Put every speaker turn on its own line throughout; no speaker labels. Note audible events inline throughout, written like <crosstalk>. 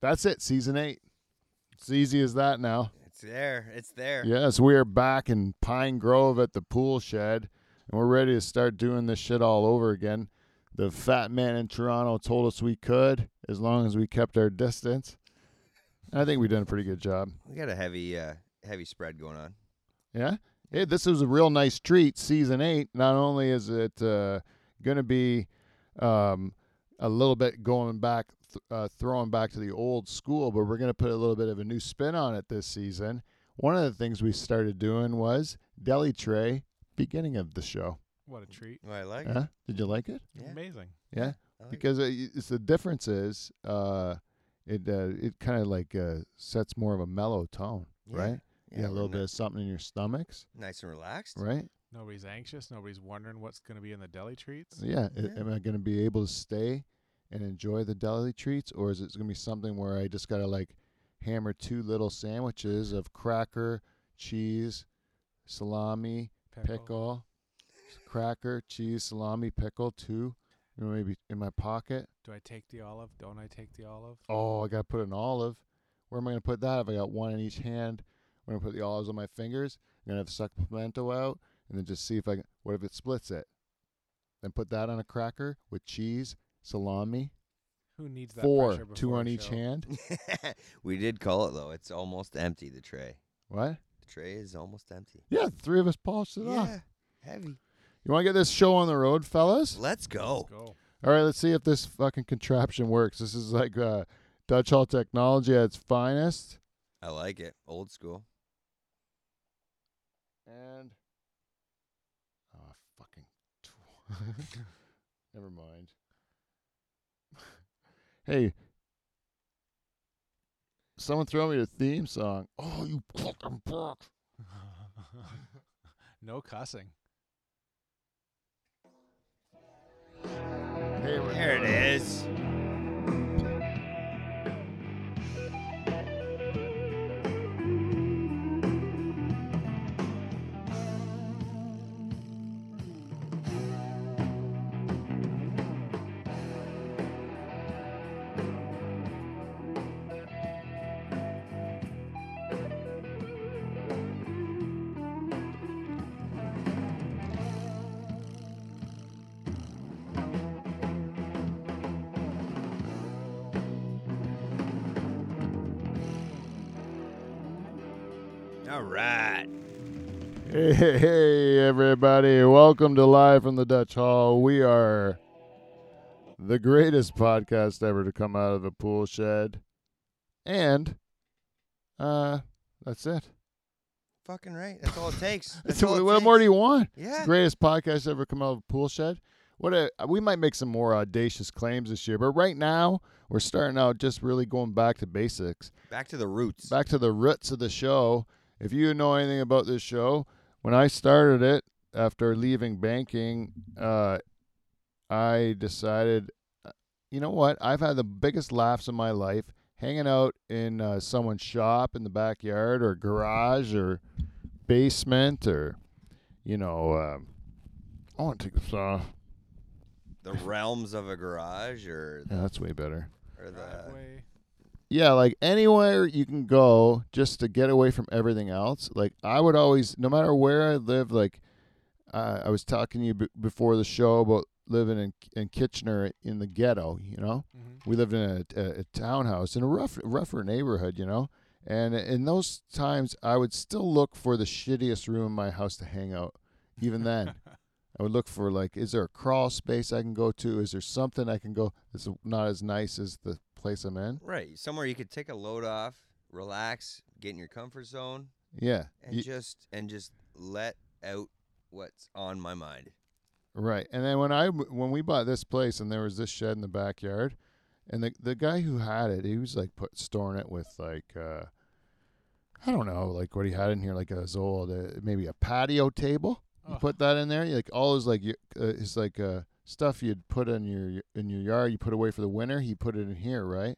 That's it, season eight. It's easy as that now.
It's there. It's there.
Yes, we are back in Pine Grove at the pool shed, and we're ready to start doing this shit all over again. The fat man in Toronto told us we could as long as we kept our distance. And I think we done a pretty good job.
We got a heavy, uh, heavy spread going on.
Yeah. Hey, this is a real nice treat. Season eight. Not only is it uh, going to be um, a little bit going back, th- uh, throwing back to the old school, but we're going to put a little bit of a new spin on it this season. One of the things we started doing was deli tray beginning of the show.
What a treat.
Oh, I like. it.
Huh? Did you like it?
Yeah.
Amazing.
Yeah,
I like it.
because uh, y- it's the difference is uh, it uh, it kind of like uh, sets more of a mellow tone,
Yeah,
right? Yeah, a
we're
little
ni-
bit of something in your stomachs,
Nice and relaxed.
right?
Nobody's anxious. Nobody's wondering what's going to be in the deli treats.
Yeah. i-
Yeah.
Am I going to be able to stay and enjoy the deli treats, or is it going to be something where I just got to like hammer two little sandwiches of cracker, cheese, salami, pickle, s- cracker, cheese, salami, pickle, two, you know, maybe in my pocket?
Do I take the olive? Don't I take the olive?
Oh, I got to put an olive. Where am I going to put that? If I got one in each hand, I'm going to put the olives on my fingers. I'm going to have to suck pimento out and then just see if I can. What if it splits it? Then put that on a cracker with cheese, salami,
Who needs that
four,
pressure
two
before
on
a
each
show?
hand.
<laughs> we did call it though. It's almost empty. The tray.
What?
The tray is almost empty.
Yeah, the three of us polished it off.
Yeah. Heavy.
You want to get this show on the road, fellas?
Let's go.
Let's go.
All right, let's see if this fucking contraption works. This is like uh, Dutch Hall technology at its finest.
I like it. Old school.
And oh fucking tw- <laughs> never mind. <laughs> hey, someone throw me a theme song. Oh, you fucking prick.
<laughs> no cussing.
Hey, we're-
There it is. All right.
Hey, hey, hey, everybody. Welcome to Live from the Dutch Hall. We are the greatest podcast ever to come out of a pool shed. And uh that's it.
Fucking right. That's all it
<laughs>
takes. That's
So
all it
what
takes.
more do you want?
Yeah.
Greatest podcast ever come out of a pool shed. What a, we might make some more audacious claims this year, but right now we're starting out just really going back to basics,
Back to the roots.
back to the roots of the show. If you know anything about this show, when I started it after leaving banking, uh, I decided, uh, you know what? I've had the biggest laughs of my life hanging out in uh, someone's shop in the backyard or garage or basement or, you know, um, I want to take this off.
The realms of a garage or
Yeah, that's way better.
or the
Driveway.
Yeah, like anywhere you can go just to get away from everything else. Like I would always, no matter where I live, like uh, I was talking to you b- before the show about living in in Kitchener in the ghetto. You know,
Mhm.
we lived in a, a, a townhouse in a rough rougher neighborhood. You know, and in those times, I would still look for the shittiest room in my house to hang out. Even
<laughs>
then, I would look for like, is there a crawl space I can go to? Is there something I can go? It's not as nice as the place I'm in.
right somewhere you could take a load off, relax, get in your comfort zone,
Yeah.
and
You-
just and just let out what's on my mind.
Right. And then when I when we bought this place and there was this shed in the backyard, and the the guy who had it, he was like put storing it with like uh I don't know, like what he had in here, like a old uh, maybe a patio table. You
Oh.
put that in there, like all his like y- uh, his like uh stuff you'd put in your in your yard, you put away for the winter. He put it in here, right?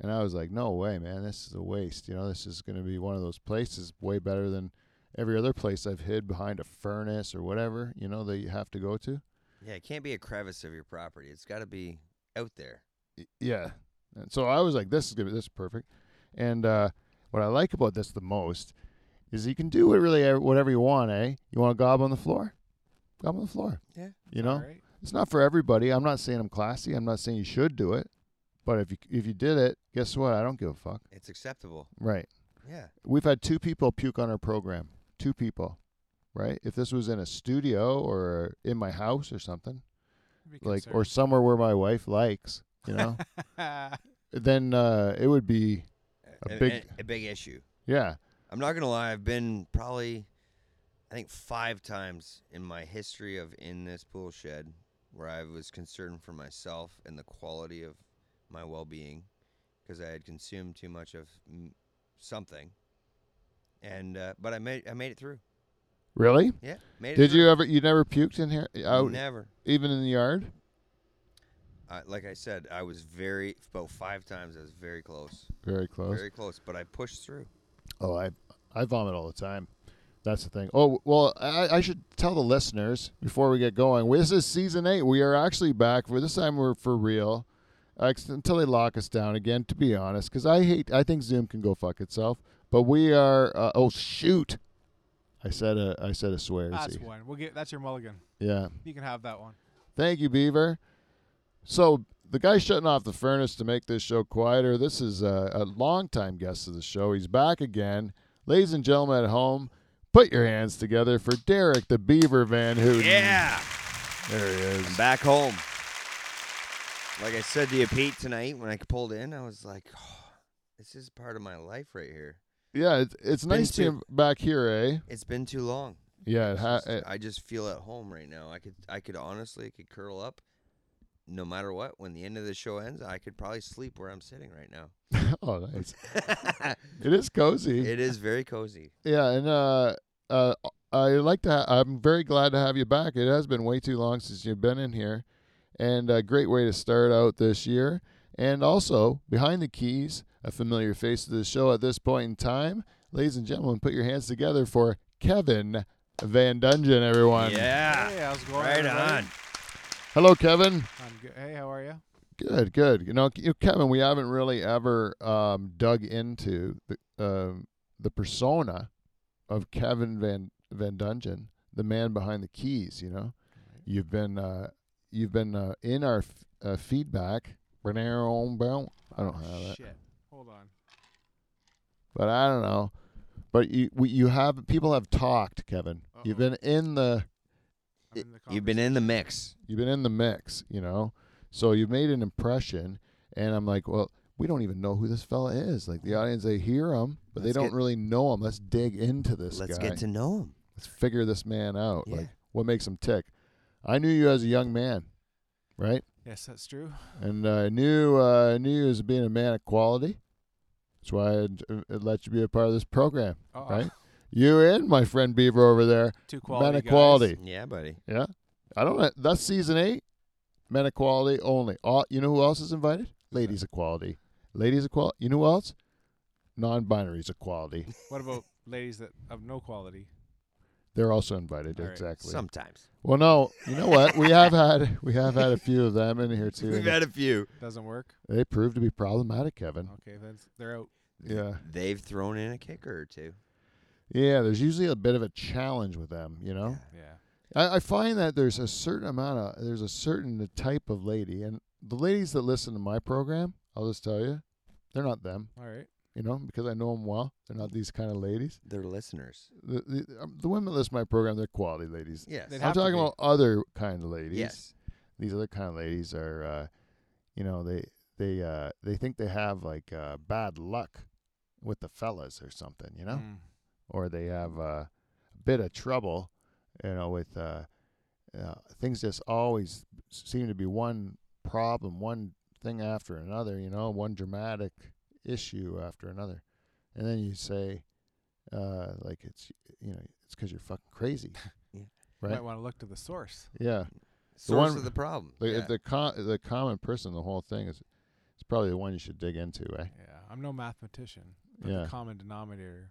And I was like, no way, man, this is a waste. You know, this is going to be one of those places way better than every other place I've hid behind a furnace or whatever. You know, that you have to go to.
Yeah, it can't be a crevice of your property. It's got to be out there.
Y- Yeah. And so I was like, this is gonna be this is perfect. And uh, what I like about this the most is you can do it really ev- whatever you want, eh? You want to gob on the floor? Gob on the floor.
Yeah.
You know,
Alright.
it's not for everybody. I'm not saying I'm classy. I'm not saying you should do it. But if you if you did it, guess what? I don't give a fuck.
It's acceptable.
Right.
Yeah.
We've had two people puke on our program. Two people. Right? If this was in a studio or in my house or something,
Be
like or somewhere where my wife likes, you know,
<laughs> concerned.
then uh, it would be A
An-
big-
an- a big issue.
yeah.
I'm not gonna lie. I've been probably, I think five times in my history of in this pool shed where I was concerned for myself and the quality of my well-being because I had consumed too much of mm, something. And uh, but I made I made it through.
Really?
Yeah, made it.
Did
through.
you ever? You never puked in here? Out,
Never.
even in the yard?
I, like I said, I was very about five times. I was very close,
Very close.
very close. But I pushed through.
Oh, I I vomit all the time. That's the thing. Oh well, I, I should tell the listeners before we get going. This is season eight. We are actually back for this time. We're for real uh, ex- until they lock us down again. To be honest, because I hate. I think Zoom can go fuck itself. But we are. Uh, oh shoot! I said a I said a swear.
that's
See.
one. We'll get that's your mulligan.
Yeah.
You can have that one.
Thank you, Beaver. So the guy shutting off the furnace to make this show quieter. This is a, a longtime guest of the show. He's back again, ladies and gentlemen at home. Put your hands together for Derek the Beaver Van Hooten. there he
I'm
is.
back home. Like I said to you, Pete, tonight when I pulled in, I was like, "Oh, this is part of my life right here.
Yeah, it's, it's
been
nice being
too-
back here, eh?
It's been too long.
Yeah, it ha-
It's
it, <laughs>
just- I just feel at home right now. I could, I could honestly, I could curl up. No matter what, when the end of the show ends, I could probably sleep where I'm sitting
<laughs>
right now. <laughs>
oh, nice. It is cozy.
it is very cozy.
yeah, and uh, uh, I like to. Ha- I'm very glad to have you back. It has been way too long since you've been in here, and a great way to start out this year. And also behind the keys, a familiar face to the show at this point in time, ladies and gentlemen, put your hands together for Kevin Van Dungeon, everyone.
Yeah,
Hey, how's it going?
Ah, right
everybody?
on.
Hello, Kevin.
I'm good. Hey, how are you?
Good, good. You know, you- Kevin, we haven't really ever um, dug into the um the persona of Kevin Van Van Dungeon, the man behind the keys. You know, you've been uh, you've been uh, in our f- uh, feedback. I don't
Oh,
have it,
Shit. Hold on.
but I don't know. But you we, you have people have talked, Kevin. You've
Uh-oh.
been in the
I'm in the
You've been in the mix.
you've been in the mix, you know. So you've made an impression, and I'm like, well, we don't even know who this fella is. Like the audience, they hear him, but they
Mm-hmm. Let's
don't
get-
really know him. Let's dig into this
Let's
guy.
get to know him.
Let's figure this man out.
Yeah.
Like what makes him tick. I knew you as a young man, right?
Yes, that's true.
And I knew uh, I knew you as being a man of quality. That's why I uh, let you be a part of this program.
Oh,
Right? You and my friend Beaver over there,
Two quality
men of
guys.
quality.
Yeah, buddy.
Yeah. I don't know. That's season eight. Men equality only. All, you know who else is invited? Ladies equality. Ladies equality. You know who else? Non binaries equality.
What about ladies that of no quality?
They're also invited.
<laughs> All
<laughs>
right.
Exactly.
Sometimes
Well, no. You know what? We have had we have had a few of them in here
<laughs>
too.
we've had a few.
Doesn't work.
they proved to be problematic, Kevin.
Okay, then they're out.
Yeah.
They've thrown in a kicker or two.
Yeah. There's usually a bit of a challenge with them. You know.
Yeah.
I, I find that there's a certain amount of there's a certain type of lady, and the ladies that listen to my program, I'll just tell you, they're not them,
All right.
you know, because I know them well. They're not these kind of ladies.
They're listeners.
The the, um, the women that listen to my program, they're quality ladies.
Yes.
They'd
I'm
have to
talking
be.
about other kind of ladies.
Yes.
These other kind of ladies are, uh, you know, they they uh, they think they have like uh, bad luck with the fellas or something, you know
Mm.
or they have uh, a bit of trouble, you know, with uh, uh, things just always seem to be one problem, one thing after another, you know, one dramatic issue after another. And then you say, uh, like, it's, you know, it's because you're fucking crazy.
<laughs> Yeah.
You
Right?
Might want to look to the source.
Yeah. The
Source
one-
of the problem.
The,
Yeah.
the, com- the common person, the whole thing is, it's probably the one you should dig into, eh?
Yeah. I'm no mathematician. But
Yeah.
The common denominator.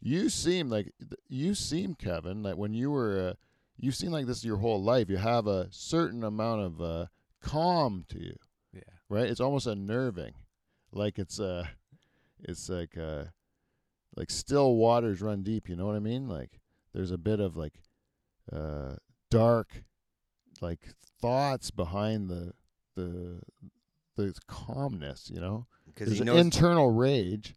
You seem like you seem Kevin like when you were uh, you seem like this your whole life. You have a certain amount of uh, calm to you.
Yeah.
right? It's almost unnerving, like it's uh it's like uh like still waters run deep. You know what I mean? Like there's a bit of like uh dark like thoughts behind the the the calmness. You know,
because
there's
he
an
knows
internal rage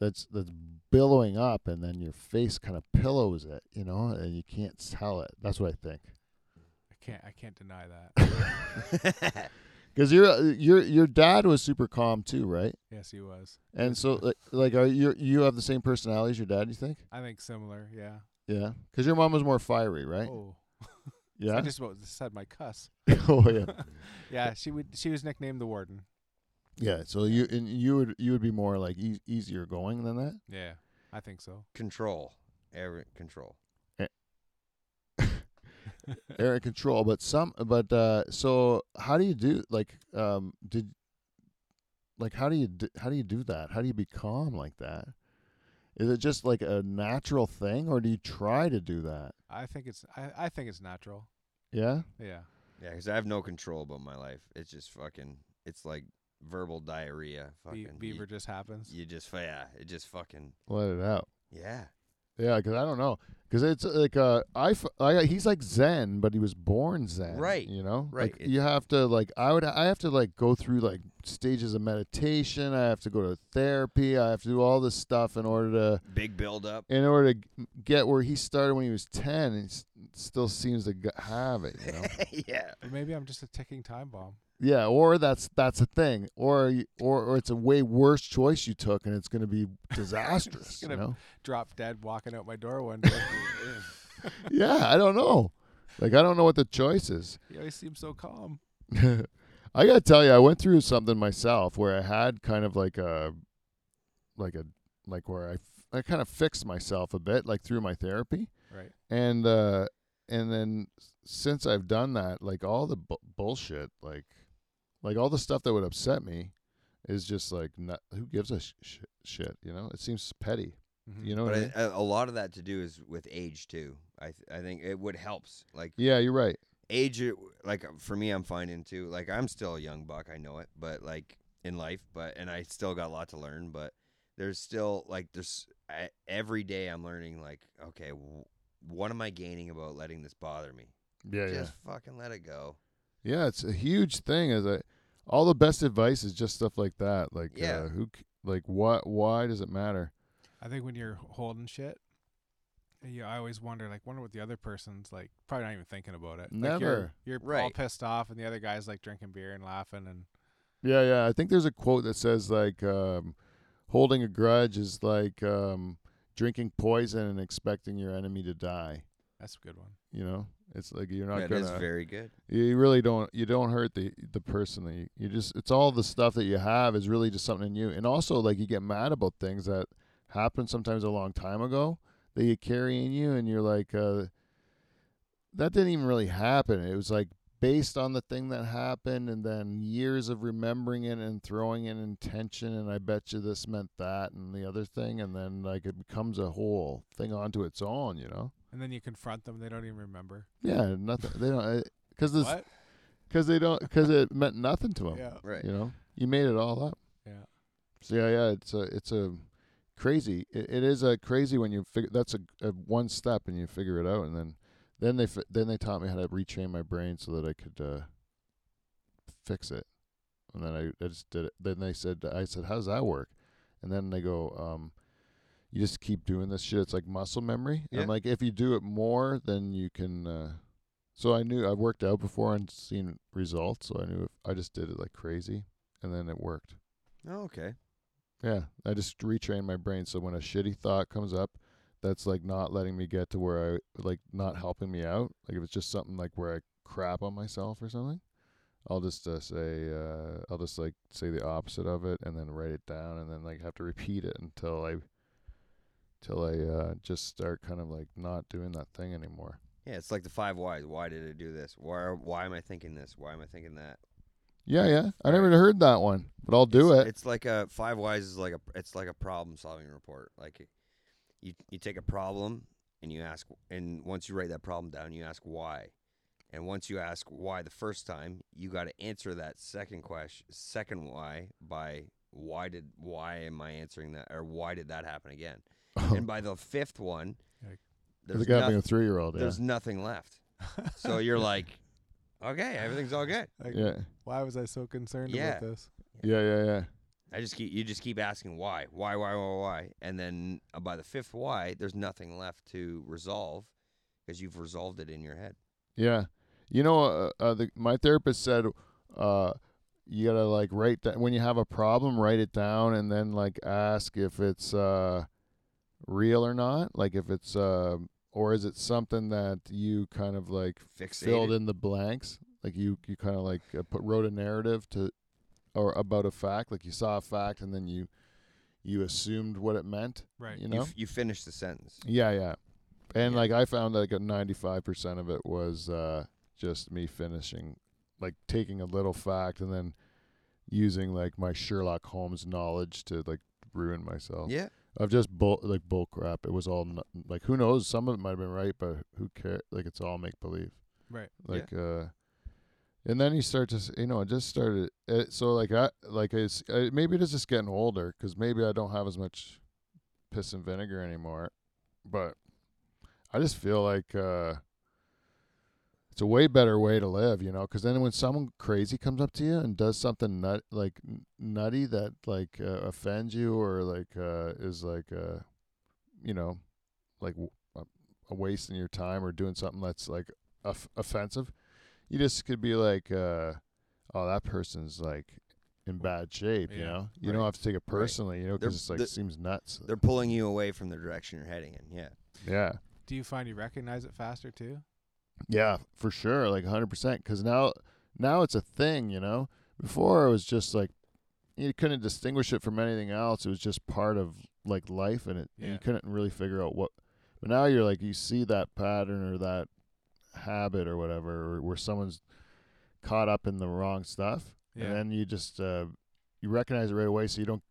that's that's billowing up, and then your face kind of pillows it. You know, and you can't tell it. That's what I think.
I can't. I can't deny
<laughs>
that.
Because your your uh, your dad was super calm too, right?
yes, he was.
And so like, like are you you have the same personality as your dad? You think?
I think similar. Yeah.
Yeah. Because your mom was more fiery, right?
Oh. I
yeah.
just about said my cuss.
<laughs> oh yeah.
<laughs> Yeah. She would. She was nicknamed the warden.
Yeah. So you and you would you would be more like e- easier going than that.
Yeah. I think so.
control, every control.
Air and control, but some but uh so how do you do like um did like how do you do, how do you do that? How do you be calm like that? Is it just like a natural thing, or do you try to do that?
I think it's. I, I think it's natural.
Yeah.
Yeah.
Yeah, because I have no control about my life. It's just fucking. It's like verbal diarrhea.
Be-
Fucking. You-
beaver just happens.
You, just. Yeah. It just fucking.
Let it out.
Yeah.
Yeah, because I don't know, because it's like uh, I, f- I- he's like Zen, but he was born Zen,
Right,
You know,
right.
Like, you have to like I would I have to like go through like stages of meditation. I have to go to therapy. I have to do all this stuff in order to
Big buildup.
in order to g- get where he started when he was ten, and he s- still seems to g- have it. You know?
<laughs> yeah.
Or maybe I'm just a ticking time bomb.
yeah, or that's that's a thing, or you- or or it's a way worse choice you took, and it's going to be disastrous.
gonna-
you know?
Drop dead walking out my door <laughs> one day.
Yeah, I don't know. Like I don't know what the choice is. <laughs>
he always seems so calm.
I gotta tell you, I went through something myself where I had kind of like a, like a, like where I, f- I kind of fixed myself a bit, like through my therapy,
Right.
and uh, and then s- since I've done that, like all the bu- bullshit, like, like all the stuff that would upset me, is just like, not, who gives a sh- sh- shit? You know, it seems petty.
Mhm.
You know what
But
I
I,
mean?
a, a lot of that to do is with age too. I th- I think it would helps. Like
Yeah, you're right.
age, it- like uh, for me, I'm finding too. Like I'm still a young buck. I know it, but like in life, but and I still got a lot to learn. But there's still like there's I, every day I'm learning. Like okay, w- what am I gaining about letting this bother me?
Yeah,
Just fucking let it go.
Yeah, it's a huge thing. Is that all the best advice is just stuff like that. Like,
Yeah.
uh, who, c- like, what? Why does it matter?
I think when you're holding shit, you I always wonder like wonder what the other person's like probably not even thinking about it. Like
Never.
you're you're all
Right.
pissed off and the other guy's like drinking beer and laughing and
Yeah, yeah. I think there's a quote that says like, um, holding a grudge is like um, drinking poison and expecting your enemy to die.
that's a good one.
You know, it's like you're not
That is
gonna.
very good.
you really don't. You don't hurt the the person that you, you just. It's all the stuff that you have is really just something in you, and also like you get mad about things that happened sometimes a long time ago that you carry in you, and you're like, uh, that didn't even really happen. It was like based on the thing that happened and then years of remembering it and throwing in intention and I bet you this meant that and the other thing and then like it becomes a whole thing onto its own, you know?
And then you confront them, they don't even remember.
Yeah, nothing. They don't because this
what?
because they don't because it meant nothing to them.
Yeah.
Right.
You know, you made it all up.
Yeah.
So yeah, yeah, it's a it's a crazy. It, it is a crazy when you figure that's a, a one step and you figure it out, and then then they fi- then they taught me how to retrain my brain so that I could uh, fix it, and then I, I just did it. Then they said I said how does that work, and then they go um. You just keep doing this shit. It's like muscle memory. And
Yeah.
I'm like, if you do it more, then you can. Uh, so I knew I've worked out before and seen results. So I knew if I just did it like crazy, and then it worked.
Oh, okay.
Yeah, I just retrain my brain so when a shitty thought comes up, that's like not letting me get to where I like not helping me out. Like if it's just something like where I crap on myself or something, I'll just uh, say uh, I'll just like say the opposite of it and then write it down and then like have to repeat it until I till I uh, just start kind of like not doing that thing anymore.
Yeah, it's like the five whys. Why did I do this? Why? Why am I thinking this? Why am I thinking that?
Yeah, yeah. I never heard that one, but I'll do
it's,
it.
It's like a five whys is like a it's like a problem solving report. Like you you take a problem and you ask and once you write that problem down, you ask why. And once you ask why the first time, you got to answer that second question, second why by why did why am I answering that or why did that happen again? and by the fifth one,
Like-
There's
Oh, there's,
got
noth-
me a three year old. Yeah.
there's nothing left. So you're like, okay, everything's all good.
Like,
yeah.
Why was I so concerned
Yeah.
about this?
Yeah. Yeah. Yeah.
I just keep you just keep asking why, why, why, why, why, and then uh, by the fifth why, there's nothing left to resolve because you've resolved it in your head.
Yeah, you know, uh, uh, the, my therapist said, uh, you gotta like write that when you have a problem, write it down, and then like ask if it's uh, real or not, like if it's uh, or is it something that you kind of like filled
Fixated.
in the blanks, like you you kind of like uh, put wrote a narrative to or about a fact, like you saw a fact and then you you assumed what it meant,
Right.
You
You,
know,
f- you finish the sentence.
yeah, yeah. And
Yeah.
like I found like ninety five percent of it was uh just me finishing like taking a little fact and then using like my Sherlock Holmes knowledge to like ruin myself.
Yeah,
Of just bull like bull crap. It was all n- like who knows? Some of it might have been right, but who cares? Like it's all make believe.
Right.
Yeah.
Like uh and then you start to s- you know it just started it, so like I like it's I, maybe it's just getting older because maybe I don't have as much piss and vinegar anymore, but I just feel like uh it's a way better way to live, you know. Because then when someone crazy comes up to you and does something nut like n- nutty that like uh, offends you or like uh is like uh you know like w- a, a waste in your time or doing something that's like off- offensive. You just could be like, uh, oh, that person's like in bad shape. You
Yeah,
know, you
right,
don't have to take it personally. You know,
They're-
because it's like
the-
seems nuts.
they're pulling you away from the direction you're heading in. Yeah,
Yeah,
Do you find you recognize it faster too?
yeah, for sure, like hundred percent. Because now, now it's a thing. You know, before it was just like you couldn't distinguish it from anything else. It was just part of like life, and it and
Yeah.
you couldn't really figure out what. But now you're like you see that pattern or that habit or whatever, or where someone's caught up in the wrong stuff.
Yeah.
and then you just uh, you recognize it right away, so you don't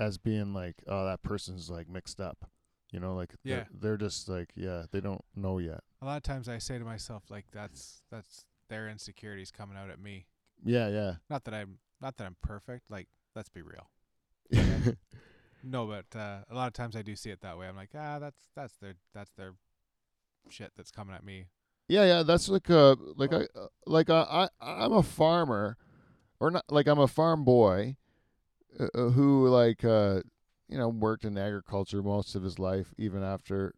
as being like, oh, that person's like mixed up, you know, like
Yeah.
they're, they're just like, yeah, they don't know yet.
a lot of times I say to myself like that's that's their insecurities coming out at me.
Yeah, yeah,
Not that I'm not that I'm perfect. Like let's be real. No, but uh, a lot of times I do see it that way. I'm like ah that's that's their that's their shit that's coming at me.
<laughs> yeah, yeah. That's like a like I uh, like I I I'm a farmer, or not like I'm a farm boy, uh, uh, who like uh you know worked in agriculture most of his life, even after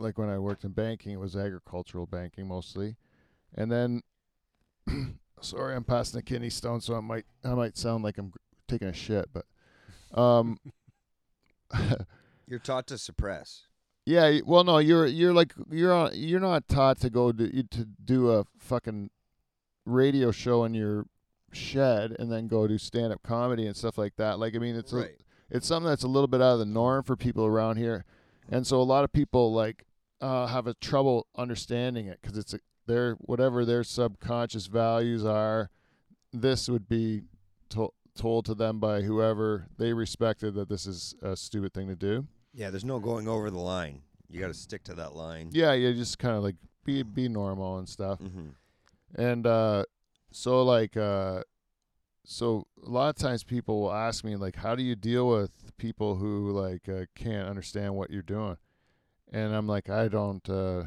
like when I worked in banking, it was agricultural banking mostly, and then <clears throat> sorry, I'm passing a kidney stone, so I might I might sound like I'm taking a shit, but um. <laughs>
you're taught to suppress.
Yeah, y- well, no, you're you're like you're on, you're not taught to go to you- to do a fucking radio show in your shed and then go do stand up comedy and stuff like that. Like, I mean, it's
right.
a, it's something that's a little bit out of the norm for people around here, and so a lot of people like uh, have a trouble understanding it because it's a, their whatever their subconscious values are. This would be to- told to them by whoever they respected that this is a stupid thing to do.
yeah, there's no going over the line. You got to stick to that line.
Yeah, you just kind of like be be normal and stuff.
Mm-hmm.
And uh so like uh so a lot of times people will ask me like how do you deal with people who like uh, can't understand what you're doing? And I'm like I don't uh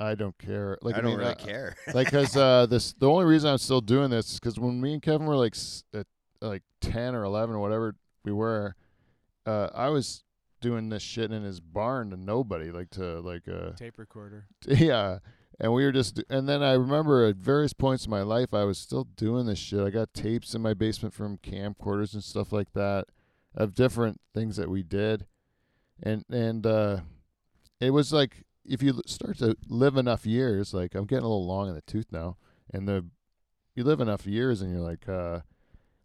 I don't care. Like
I don't
mean,
really
uh,
care.
like cuz uh this the only reason I'm still doing this is cuz when me and Kevin were like s- uh, like 10 or 11 or whatever we were uh I was doing this shit in his barn to nobody like to like uh
Tape recorder.
<laughs> yeah. And we were just, and then I remember at various points in my life, I was still doing this shit. I got tapes in my basement from camcorders and stuff like that of different things that we did. And, and, uh, it was like, if you l- start to live enough years, like I'm getting a little long in the tooth now, and the, you live enough years and you're like, uh,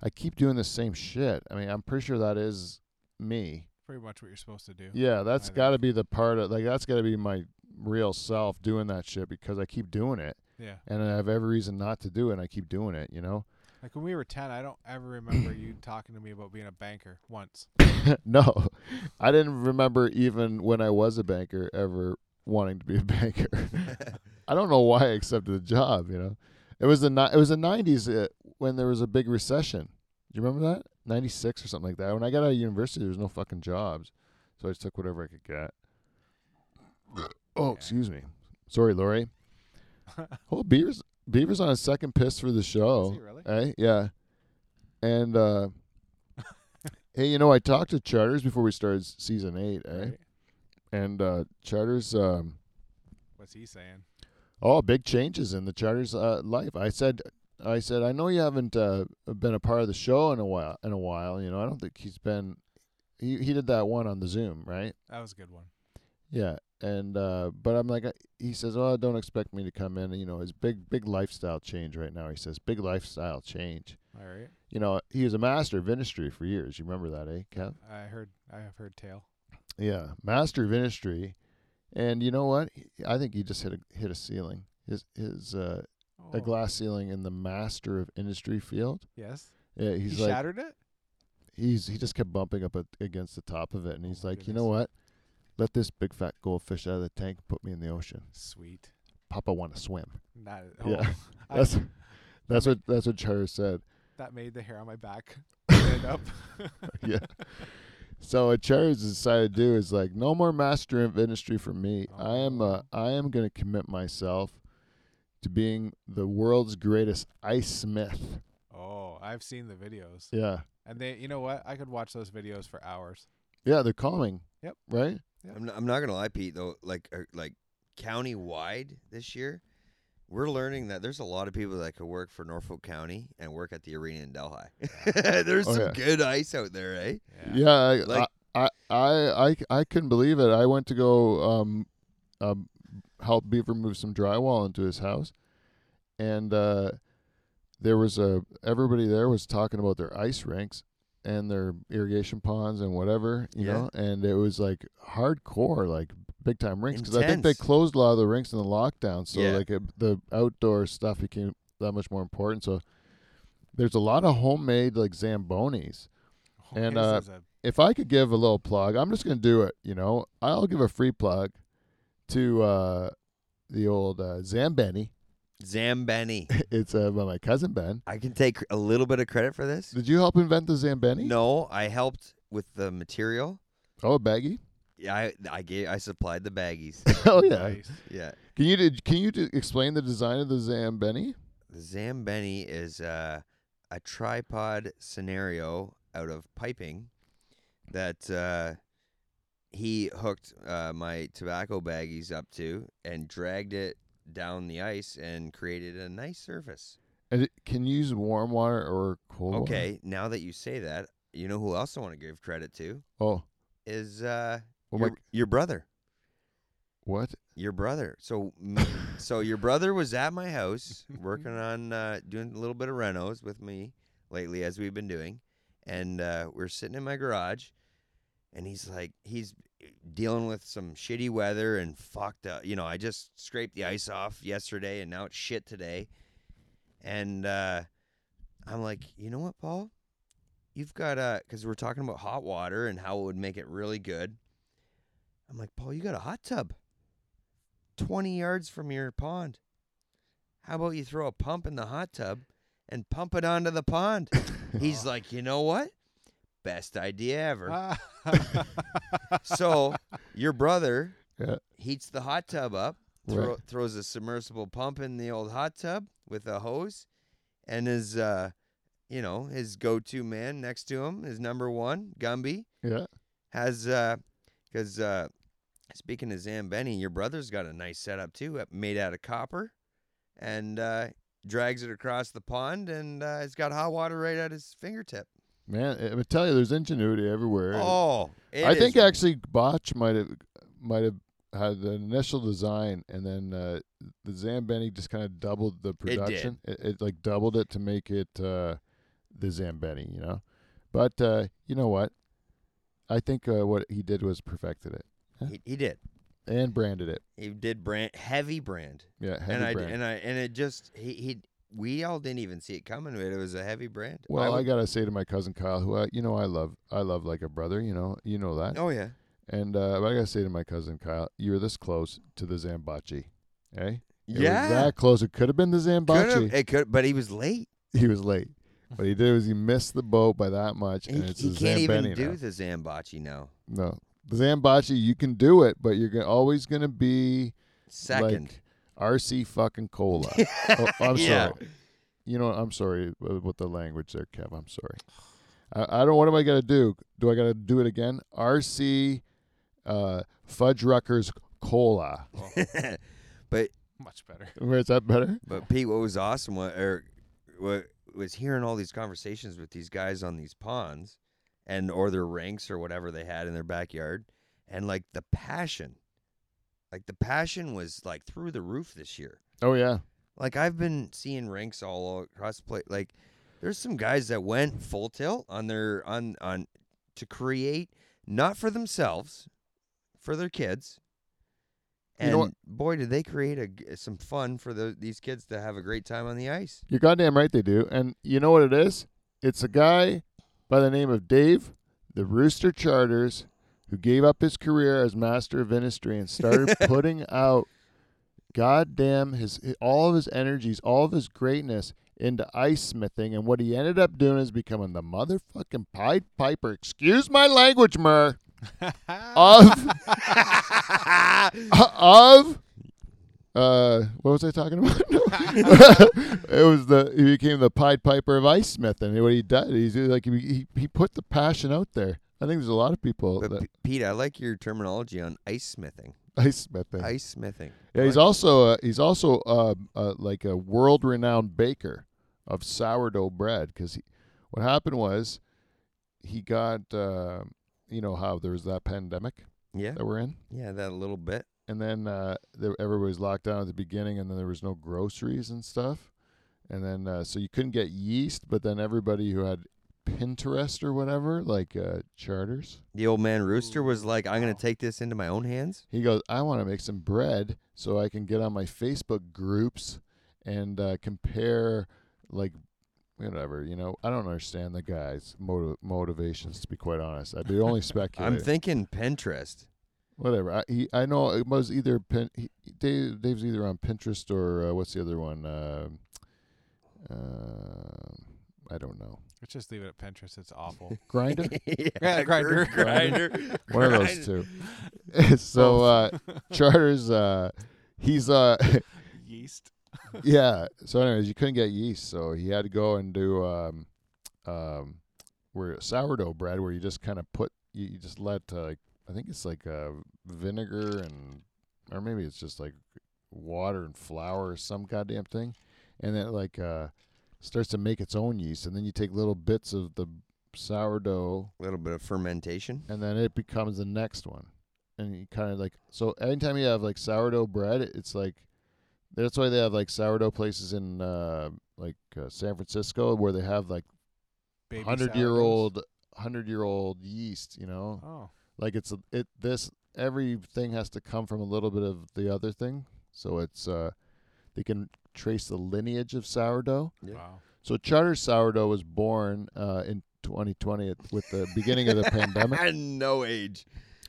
I keep doing the same shit. I mean, I'm pretty sure that is me.
Pretty much what you're supposed to do.
Yeah, that's
Either.
got to be the part of like that's got to be my real self doing that shit because I keep doing it
Yeah.
and I have every reason not to do it. and I keep doing it, you know. <laughs>
Like when we were ten, I don't ever remember
<clears throat>
you talking to me about being a banker once.
no, <laughs> I
<laughs>
didn't remember even when I was a <laughs> banker ever wanting to be a banker. I don't know why I accepted the job. You know, it was the ni- it was the nineties uh, when there was a big recession. Do you remember that ninety six or something like that? When I got out of university, there was no fucking jobs, so I just took whatever I could
<coughs>
get. Oh,
Yeah.
excuse me. Sorry,
<laughs>
Lori. Well, Beaver's Beaver's on his second piss for the show.
Is he really?
Eh? Yeah. And
<laughs>
uh hey, you know, I talked to Charters before we started s- season eight, eh?
Right.
And uh Charters um
What's he saying?
oh big changes in the Charters uh, life. I said I said, I know you haven't uh, been a part of the show in a while in a while, you know, I don't think he's been he he did that one on the Zoom, right?
That was a good one.
Yeah, and uh, but I'm like, I- he says, "Oh, don't expect me to come in." You know, his big, big lifestyle change right now. He says, "Big lifestyle change."
All right.
You know, he was a master of industry for years. You remember that, eh, Kev?
I heard. I have heard tale.
Yeah, master of industry, and you know what? He- I think he just hit a hit a ceiling. His his uh,
Oh,
a glass ceiling in the master of industry field.
Yes.
Yeah, he's
he
like
shattered it.
he's he just kept bumping up a, against the top of it, and
Oh
he's
my
like, you know what? Let this big fat goldfish out of the tank, put me in the ocean.
Sweet.
Papa want to swim.
Not.
<laughs> Yeah.
I-
That's that's what that's what Charter said.
<laughs> that made the hair on
<laughs>
my back stand up.
Yeah. So what Charter's decided to do is like no more master of industry for me.
Oh,
I am uh, I am going to commit myself to being the world's greatest ice smith.
Oh, I've seen the videos,
Yeah.
and they. You know what? I could watch those videos for hours.
Yeah, they're calming.
Yep.
Right?
I'm not, I'm not gonna lie, Pete. Though, like uh, like county wide this year, we're learning that there's a lot of people that could work for Norfolk County and work at the arena in Delhi. <laughs> there's
Oh,
some
yeah.
good ice out there, eh?
Yeah, I,
Like-
I, I I I couldn't believe it. I went to go um, um help Beaver move some drywall into his house, and uh, there was a everybody there was talking about their ice rinks and their irrigation ponds and whatever you
Yeah.
know, and it was like hardcore, like big time rinks because I think they
Intense.
closed a lot of the rinks in the lockdown, so
Yeah.
like it, the outdoor stuff became that much more important. So there's a lot of homemade like zambonis
Oh,
And,
his
uh,
is a-
if I could give a little plug, I'm just going to do it. You know, I'll give a free plug to uh, the old uh, Zambeni. <laughs>
Zambeni.
it's uh, by my cousin Ben.
I can take a little bit of credit for this.
Did you help invent the Zambeni?
No, I helped with the material.
Oh,
<laughs>
baggy.
Yeah, I I gave I supplied the baggies.
<laughs>
<laughs>
oh yeah.
nice.
yeah,
Can you did, can you d- explain the design of the Zambeni?
the Zambeni is uh, a tripod scenario out of piping that uh, he hooked uh, my tobacco baggies up to and dragged it down the ice and created a nice surface.
And it, can you use warm water or cold water?
Okay, now that you say that, you know who else I want to give credit to
Oh,
is uh,
well,
your,
my,
your brother.
what?
Your brother. So, m- so your brother was at my house working on uh, doing a little bit of renos with me lately, as we've been doing, and uh, we're sitting in my garage, and he's like, he's dealing with some shitty weather and fucked up. You know, I just scraped the ice off yesterday, and now it's shit today, and uh, I'm like, you know what, Paul? You've got a because we're talking about hot water and how it would make it really good. I'm like, Paul, you got a hot tub. 20 yards from your pond. How about you throw a pump in the hot tub and pump it onto the pond? He's like, you know what? Best idea ever.
Ah.
so your brother
<laughs> Yeah.
heats the hot tub up,
Right.
throw, throws a submersible pump in the old hot tub with a hose, and his, uh, you know, his go-to man next to him, his number one, Gumby,
Yeah.
has uh because uh speaking of Zambeni, your brother's got a nice setup too, uh, made out of copper, and uh drags it across the pond, and uh, it's got hot water right at his fingertip.
Man, I- I tell you, there's ingenuity everywhere.
Oh, it
I think
is-
actually Botch might have might have had the initial design, and then uh, the Zambeni just kind of doubled the
did.
production. It, it, like doubled it to make it uh, the Zambeni, you know. But uh, you know what? I think uh, what he did was perfected it
he, he did.
and branded it.
He did brand heavy brand,
Yeah, heavy
and I d-
brand.
and I and it just he he we all didn't even see it coming, but it was a heavy brand.
well, I,
would-
gotta say to my cousin Kyle, who I, you know I love, I love like a brother. You know, you know that.
oh yeah,
And uh, but I gotta say to my cousin Kyle, you're this close to the Zambachi, eh? It was that close. It could have been the
Could've-
Zambachi.
it could, but he was late.
He was late. What he did was he missed the boat by that much,
He,
and it's
he
a
can't even
Zamboni
do
now.
the Zambachi now.
No, the Zambachi, you can do it, but you're go- always going to be
Second.
like RC fucking
<laughs>
cola. oh, I'm
Yeah.
sorry. You know, I'm sorry with with the language there, Kev. I'm sorry. I, I don't. What am I going to do? Do I got to do it again? RC uh, Fudge Ruckers Cola.
but
<laughs> Much better.
Where is that better?
<laughs> but Pete, what was awesome was, or what was hearing all these conversations with these guys on these ponds, and or their ranks or whatever they had in their backyard, and like the passion, like the passion was like through the roof this year.
Oh yeah.
Like I've been seeing ranks all across the place. Like there's some guys that went full tilt on their on on to create not for themselves, for their kids.
You
And
know
boy, did they create a g some fun for the, these kids to have a great time on the ice.
You're goddamn right they do. And you know what it is? It's a guy by the name of Dave, the Rooster Charters, who gave up his career as master of industry and started putting out goddamn his all of his energies, all of his greatness into ice smithing. And what he ended up doing is becoming the motherfucking Pied Piper. Excuse my language, Mer. Of <laughs> of uh what was I talking about? <laughs> No. it was the he became the Pied Piper of Ice Smith and what he did he's like he, he he put the passion out there. I think there's a lot of people
But
that
P- Pete, I like your terminology on ice smithing.
ice smithing.
Ice smithing.
yeah, he's
Like-
also uh, he's also uh, uh, like a world renowned baker of sourdough bread cuz what happened was he got uh, you know how there was that pandemic
yeah,
that we're in
yeah, that little bit.
and then uh, there, everybody was locked down at the beginning, and then there was no groceries and stuff, and then uh, so you couldn't get yeast. But then everybody who had Pinterest or whatever, like uh, charters,
The old man rooster was
Ooh,
like, "I'm gonna
wow.
take this into my own hands."
he goes, "I want to make some bread so I can get on my Facebook groups and uh, compare, like." Whatever you know, I don't understand the guy's motiv- motivations. To be quite honest, I'd be only speculating.
I'm thinking Pinterest. <laughs>
whatever. I he, I know it was either Pin, he, Dave, Dave's either on Pinterest or uh, what's the other one? Um um, I don't know.
<laughs> Let's just leave it at Pinterest. It's
<laughs>
awful.
Grinder,
<laughs>
Yeah, grinder.
<laughs>
grinder, <laughs>
<laughs>
one of those two. <laughs> so uh, charters, uh, he's uh, <laughs>
Yeast.
yeah. So anyways, you couldn't get yeast, so he had to go and do um, um, where sourdough bread, where you just kind of put you, you just let uh, like I think it's like uh, vinegar and or maybe it's just like water and flour or some goddamn thing, and it like uh, starts to make its own yeast, and then you take little bits of the sourdough
A little bit of fermentation.
and then it becomes the next one. And you kind of like so anytime you have like sourdough bread, it's like that's why they have like sourdough places in uh, like uh, San Francisco where they have like
Baby
hundred year
sourdough.
old hundred year old yeast. You know,
Oh,
like it's a, it this everything has to come from a little bit of the other thing. So it's uh, they can trace the lineage of sourdough.
Yeah.
wow.
So Charter Sourdough was born uh, in 2020 at, with the beginning
<laughs>
of the <laughs> pandemic.
<laughs> no age.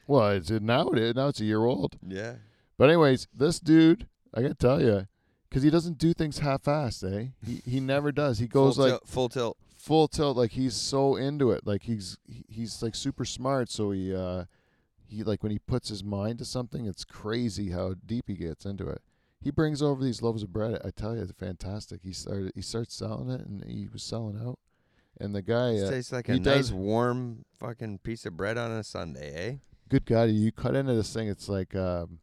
Well, it's now it is now it's a year old.
Yeah.
But anyways, this dude, I gotta tell you, because he doesn't do things half-assed, eh? He he never does. He goes
full
like
tilt, full tilt.
full tilt, like he's so into it, like he's he- he's like super smart. So he uh he like when he puts his mind to something, it's crazy how deep he gets into it. He brings over these loaves of bread. I tell you, it's fantastic. He started he starts selling it, and he was selling out. And the guy,
It
uh,
tastes like
He
a
does-
nice warm fucking piece of bread on a Sunday, eh?
good god you cut into this thing it's like um,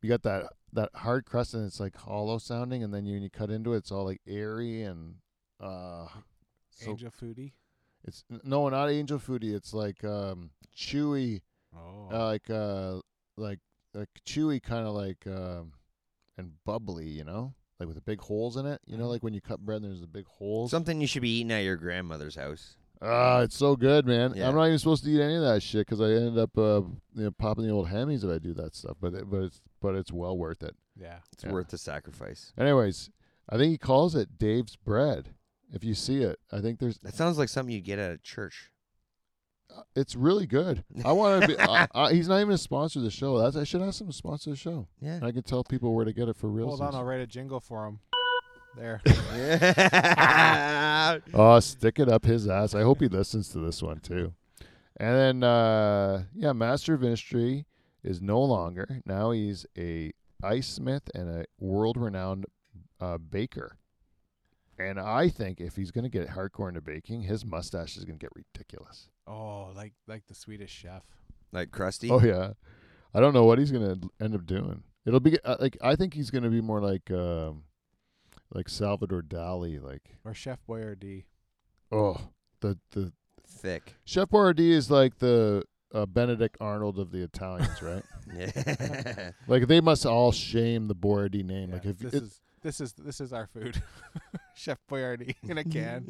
you got that that hard crust and it's like hollow sounding and then you, when you cut into it it's all like airy and uh so
Angel foodie.
it's no not angel foodie it's like um chewy
Oh.
uh, like uh like like chewy kind of like um and bubbly you know like with the big holes in it you know like when you cut bread and there's the big holes
Something you should be eating at your grandmother's house.
Ah, it's so good, man.
Yeah.
I'm not even supposed to eat any of that shit because I ended up, uh, you know, popping the old hammies if I do that stuff. But it, but it's but it's well worth it.
yeah.
It's
Yeah.
worth the sacrifice.
Anyways, I think he calls it Dave's bread. If you see it, I think there's
That sounds like something you get at a church.
it's really good. I want to be. I, I, he's not even a sponsor of the show. That's, I should ask him to sponsor the show.
Yeah.
<laughs>
<laughs>
And I can tell people where to get it for real.
Hold on, I'll write a jingle for him.
<laughs>
There.
Oh, stick it up his ass. I hope he listens to this one too. And then, uh, yeah, Master of Ministry is no longer. Now he's a ice smith and a world-renowned uh, baker. And I think if he's going to get hardcore into baking, his mustache is going to get ridiculous.
Oh, like like the Swedish chef.
like crusty.
Oh yeah, I don't know what he's going to end up doing. It'll be uh, like I think he's going to be more like um, like Salvador Dali, like
Or Chef Boyardee.
oh the the
Thick. <laughs>
Chef Boyardee is like the uh, Benedict Arnold of the Italians, <laughs>
<laughs>
right?
Yeah.
like they must all shame the Boyardee name.
Yeah,
like if
this
it-
is this is this is our food. <laughs> Chef Boyardee in
<laughs>
a can.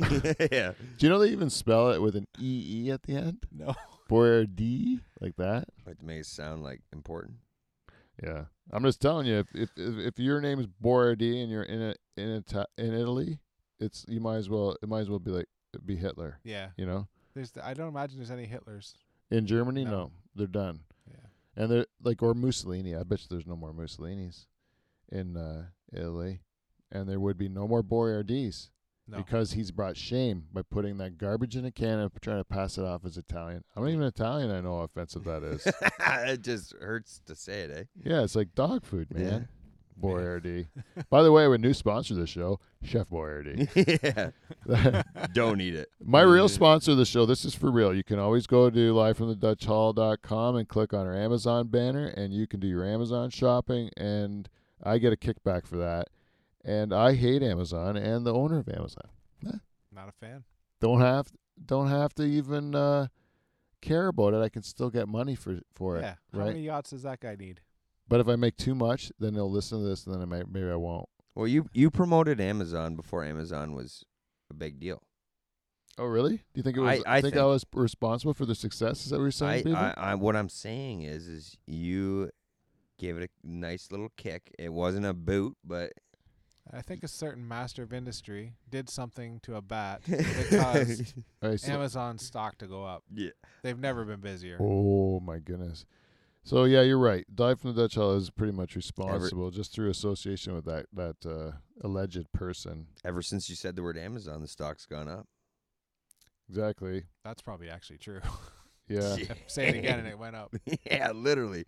<laughs> yeah.
do you know they even spell it with an e e at the end?
no.
Boyardee, like that.
Like to make it sound like important.
Yeah, I'm just telling you, if if if, if your name is Boyardee and you're in a, in Ita- in Italy, it's you might as well it might as well be like be Hitler.
Yeah.
You know,
There's I don't imagine there's any Hitlers.
in Germany,
No.
no they're done.
Yeah.
And they're like, or Mussolini. I bet you there's no more Mussolinis in uh, Italy, and there would be no more Boyardees
No.
because he's brought shame by putting that garbage in a can and trying to pass it off as Italian. I'm not even Italian. I know how offensive that is.
<laughs> it just hurts to say it, eh?
yeah, it's like dog food,
Yeah.
man. Boyardee.
<laughs>
By the way, we're new sponsor of the show, Chef Boyardee.
eh? <laughs> yeah. Don't eat it.
<laughs> My real sponsor of the show, this is for real. You can always go to livefromthedutchhall.com and click on our Amazon banner, and you can do your Amazon shopping. And I get a kickback for that. And I hate Amazon and the owner of Amazon.
Not a fan.
Don't have don't have to even uh, care about it. I can still get money for for
yeah.
it,
How
right?
many yachts does that guy need?
But if I make too much, then they'll listen to this, and then I might, maybe I won't.
Well, you you promoted Amazon before Amazon was a big deal.
Oh, really? Do you think it was?
I- I
think, I
think-
was responsible for the success. Is that what you're saying,
I,
Beaver?
I, I what I'm saying is is you gave it a nice little kick. It wasn't a boot, but
I think a certain master of industry did something to a
<laughs>
bat that caused
All right, <laughs> so-
Amazon stock to go up.
<laughs> yeah.
They've never been busier.
Oh my goodness. So yeah, you're right. Dive from the Dutch Hall is pretty much responsible just through association with that that uh, alleged person.
Ever since you said the word Amazon, the stock's gone up. <laughs>
Exactly.
That's probably actually true.
<laughs> Yeah,
<laughs> Say it again and it went
<laughs>
up.
yeah, literally.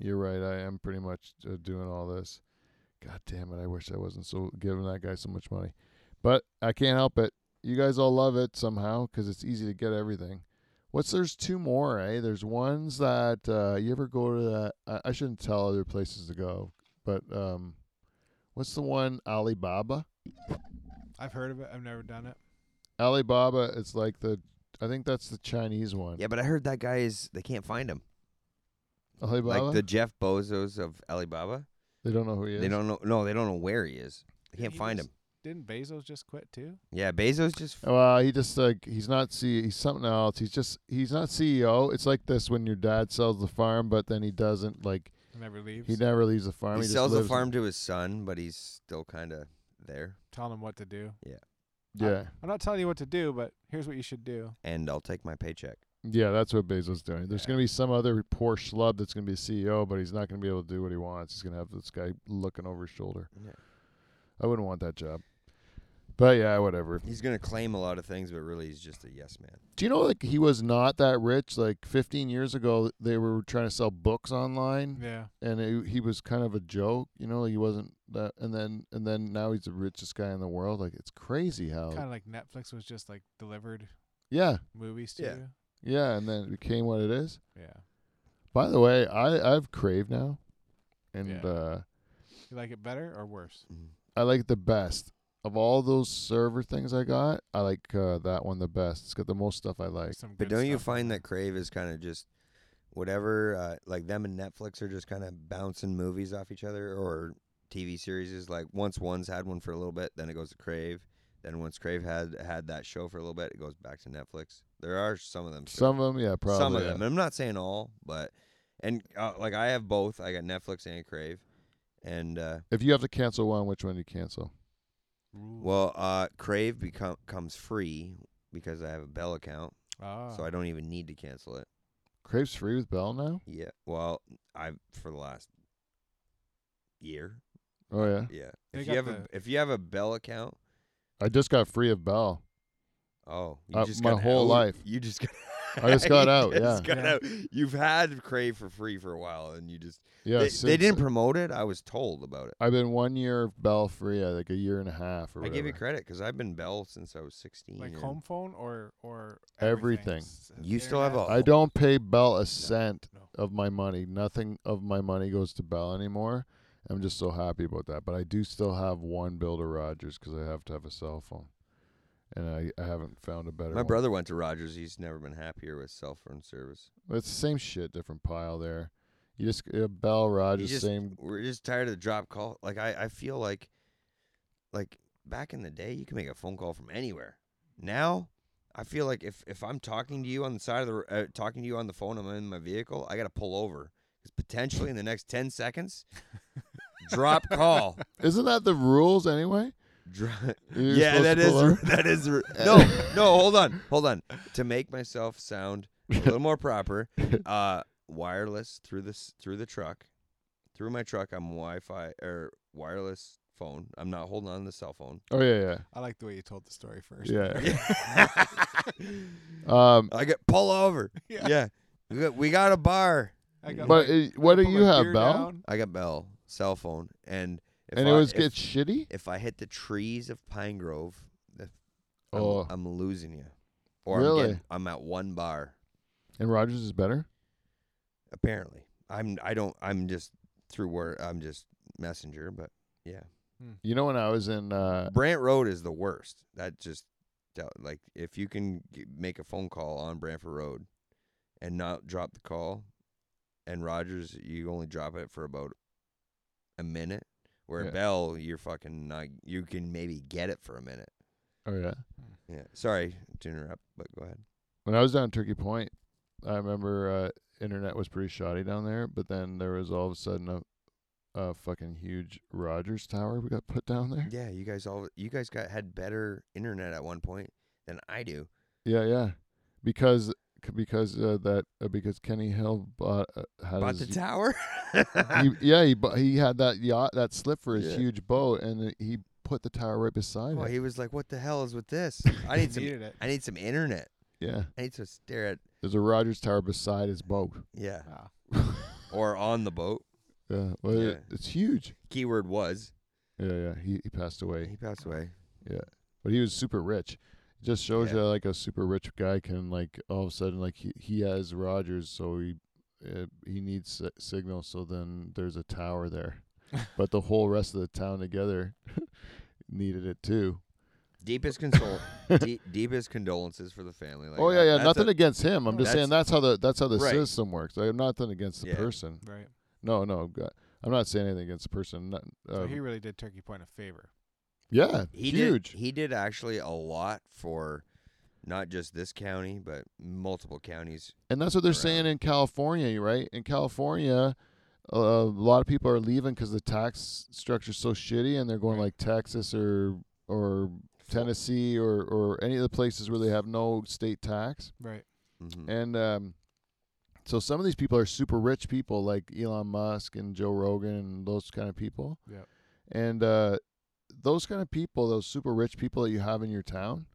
you're right. I am pretty much uh, doing all this. God damn it! I wish I wasn't so giving that guy so much money, but I can't help it. You guys all love it somehow because it's easy to get everything. What's there's two more, eh? There's ones that uh, you ever go to that. I, I shouldn't tell other places to go, but um, what's the one Alibaba?
I've heard of it. I've never done it.
Alibaba is like the I think that's the Chinese one.
Yeah, but I heard that guy is they can't find him.
Alibaba.
Like the Jeff Bozos of Alibaba.
they don't know who he is.
They don't know no, they don't know where he is. They can't
He
find
was-
him.
Didn't Bezos just quit too?
Yeah, Bezos just
Well, he just like he's not C. He's something else. He's just he's not CEO. It's like this when your dad sells the farm, but then he doesn't like
Never leaves.
he never leaves the farm.
he,
He, just
sells the
lives-
farm to his son, but he's still kind of there.
Telling him what to do.
Yeah,
I'm not telling you what to do, but here's what you should do.
And I'll take my paycheck.
yeah, that's what Bezos doing. There's
Yeah.
gonna be some other poor schlub that's gonna be CEO, but he's not gonna be able to do what he wants. He's gonna have this guy looking over his shoulder.
Yeah.
I wouldn't want that job. But yeah, whatever.
He's gonna claim a lot of things, but really he's just a yes man.
Do you know like he was not that rich? Like 15 years ago, they were trying to sell books online,
Yeah.
and it, he was kind of a joke. You know, he wasn't that. And then and then now he's the richest guy in the world. Like it's crazy how.
Kind of like Netflix was just like delivered
Yeah,
movies to
Yeah.
you.
yeah, and then it became what it is.
Yeah.
By the way, I I've Crave now, and
Yeah.
uh,
You like it better or worse?
I like the best of all those server things I got. I like uh, that one the best. It's got the most stuff I like.
Some
But
good
don't you
stuff on
find
there.
that Crave is kind of just whatever, uh, like them and Netflix are just kind of bouncing movies off each other or TV series? Is like once one's had one for a little bit, then it goes to Crave. Then once Crave had had that show for a little bit, it goes back to Netflix. There are some of them. still.
Some of them, yeah, probably.
some of
yeah.
them. And I'm not saying all, but and uh, like I have both. I got Netflix and Crave, and uh,
If you have to cancel one, which one do you cancel?
Ooh.
well, uh, Crave become comes free because I have a Bell account.
Oh.
so I don't even need to cancel it.
Crepes free with Bell now?
Yeah. Well, I for the last year.
Oh yeah,
Yeah.
They
if
got
you have a
the-
if you have a Bell account,
I just got free of Bell.
oh, you
Uh,
just
my
got
whole
out.
life.
You just got. <laughs>
I just got
you
out,
just
yeah.
got
Yeah.
out. You've had Crave for free for a while, and you just
Yeah,
they, they
since-
didn't promote it. I was told about it.
I've been one year Bell free, uh, like a year and a half or
I
whatever.
give you credit because I've been Bell since I was sixteen.
like
and-
home phone or or
Everything.
S- uh,
You still have
internet?
a-
I don't pay Bell a cent
No.
of my money. Nothing of my money goes to Bell anymore. I'm just so happy about that. But I do still have one bill to Rogers because I have to have a cell phone, and I, I haven't found a better.
My
one.
brother went to Rogers. He's never been happier with cell phone service.
But It's the same shit, different pile there. You just uh, Bell
You
Rogers,
just-
same.
We're just tired of the drop call. Like I, I feel like, like back in the day, you can make a phone call from anywhere. Now, I feel like if if I'm talking to you on the side of the r- uh, talking to you on the phone, I'm in my vehicle. I got to pull over because potentially in the next ten seconds, drop call.
Isn't that the rules anyway?
Dr-
You're
yeah,
supposed
that
to
is
pull over?
that
<laughs>
is r- no no. Hold on, hold on. To make myself sound a little
<laughs>
more proper, uh, wireless through this through the truck, through my truck. I'm Wi-Fi or wireless phone. I'm not holding on to the
<laughs>
cell phone. <laughs>
Oh yeah,
I like the way you told the story first.
yeah,
I
yeah.
<laughs>
Um,
get
<laughs>
pull over.
Yeah.
Yeah, We, got, we got a bar.
<laughs> I got
but
my-
uh, what do
put
you
my
have,
beer
Bell?
down.
I got Bell cell phone, and if
And
I,
it was
if,
gets shitty.
if I hit the trees of Pine Grove, the- I'm,
Oh.
I'm losing you. Or
Really?
I'm, getting, I'm at one bar.
And Rogers is better.
Apparently, I'm. I don't. I'm just through word. I'm just messenger. But yeah,
You know when I was in uh,
Brant Road is the worst. That just del- like if you can g- make a phone call on Brantford Road and not drop the call, and Rogers, you only drop it for about a minute. Where
Yeah.
Bell, you're fucking not. You can maybe get it for a minute.
oh yeah,
Yeah. Sorry to interrupt, but go ahead.
when I was down in Turkey Point, I remember uh, internet was pretty shoddy down there. But then there was all of a sudden a, a fucking huge Rogers tower we got put down there.
Yeah, you guys all you guys got had better internet at one point than I do.
Yeah, yeah, because c- because uh, that uh, because Kenny Hill bought uh, had
Bought the
his,
tower.
he- yeah
<laughs>
he bought, he had that yacht that slip for his
Yeah.
huge boat and it- he put the tower right beside
well,
it.
he was like, "What the hell is with this?
<laughs>
I
I
need some.
needed it.
I need some internet.
yeah,
I need to stare at.
there's a Rogers tower beside his boat.
Yeah,
Ah.
or on the boat.
Yeah, well, it-
Yeah.
it's huge.
Keyword was.
Yeah, yeah. He he passed away.
He passed away.
but he was super rich. It just shows
Yeah.
you like a super rich guy can like all of a sudden like he, he has Rogers, so he uh, he needs s- signal. So then there's a tower
<laughs>
there, but the whole rest of the town together <laughs> needed it too.
Deepest consol. <laughs>
<laughs>
de- deepest condolences for the family. Like
oh yeah,
that-
yeah.
that's
Nothing
a-
against him. I'm just saying that's how the that's how the
Right.
system works. I'm nothing against the
Yeah.
person.
Right.
No, no. g- I'm not saying anything against the person. Not,
So
uh,
he really did Turkey Point a favor.
yeah,
he
huge.
Did, he did actually a lot for not just this county, but multiple counties.
And that's what they're saying
around.
in California, right? In California, a a lot of people are leaving because the tax structure's so shitty, and they're going
Right.
like Texas or or Tennessee or or any of the places where they have no state tax.
Right.
Mhm.
And um, so some of these people are super rich people, like Elon Musk and Joe Rogan and those kind of people.
Yep.
And uh, those kind of people, those super rich people that you have in your town,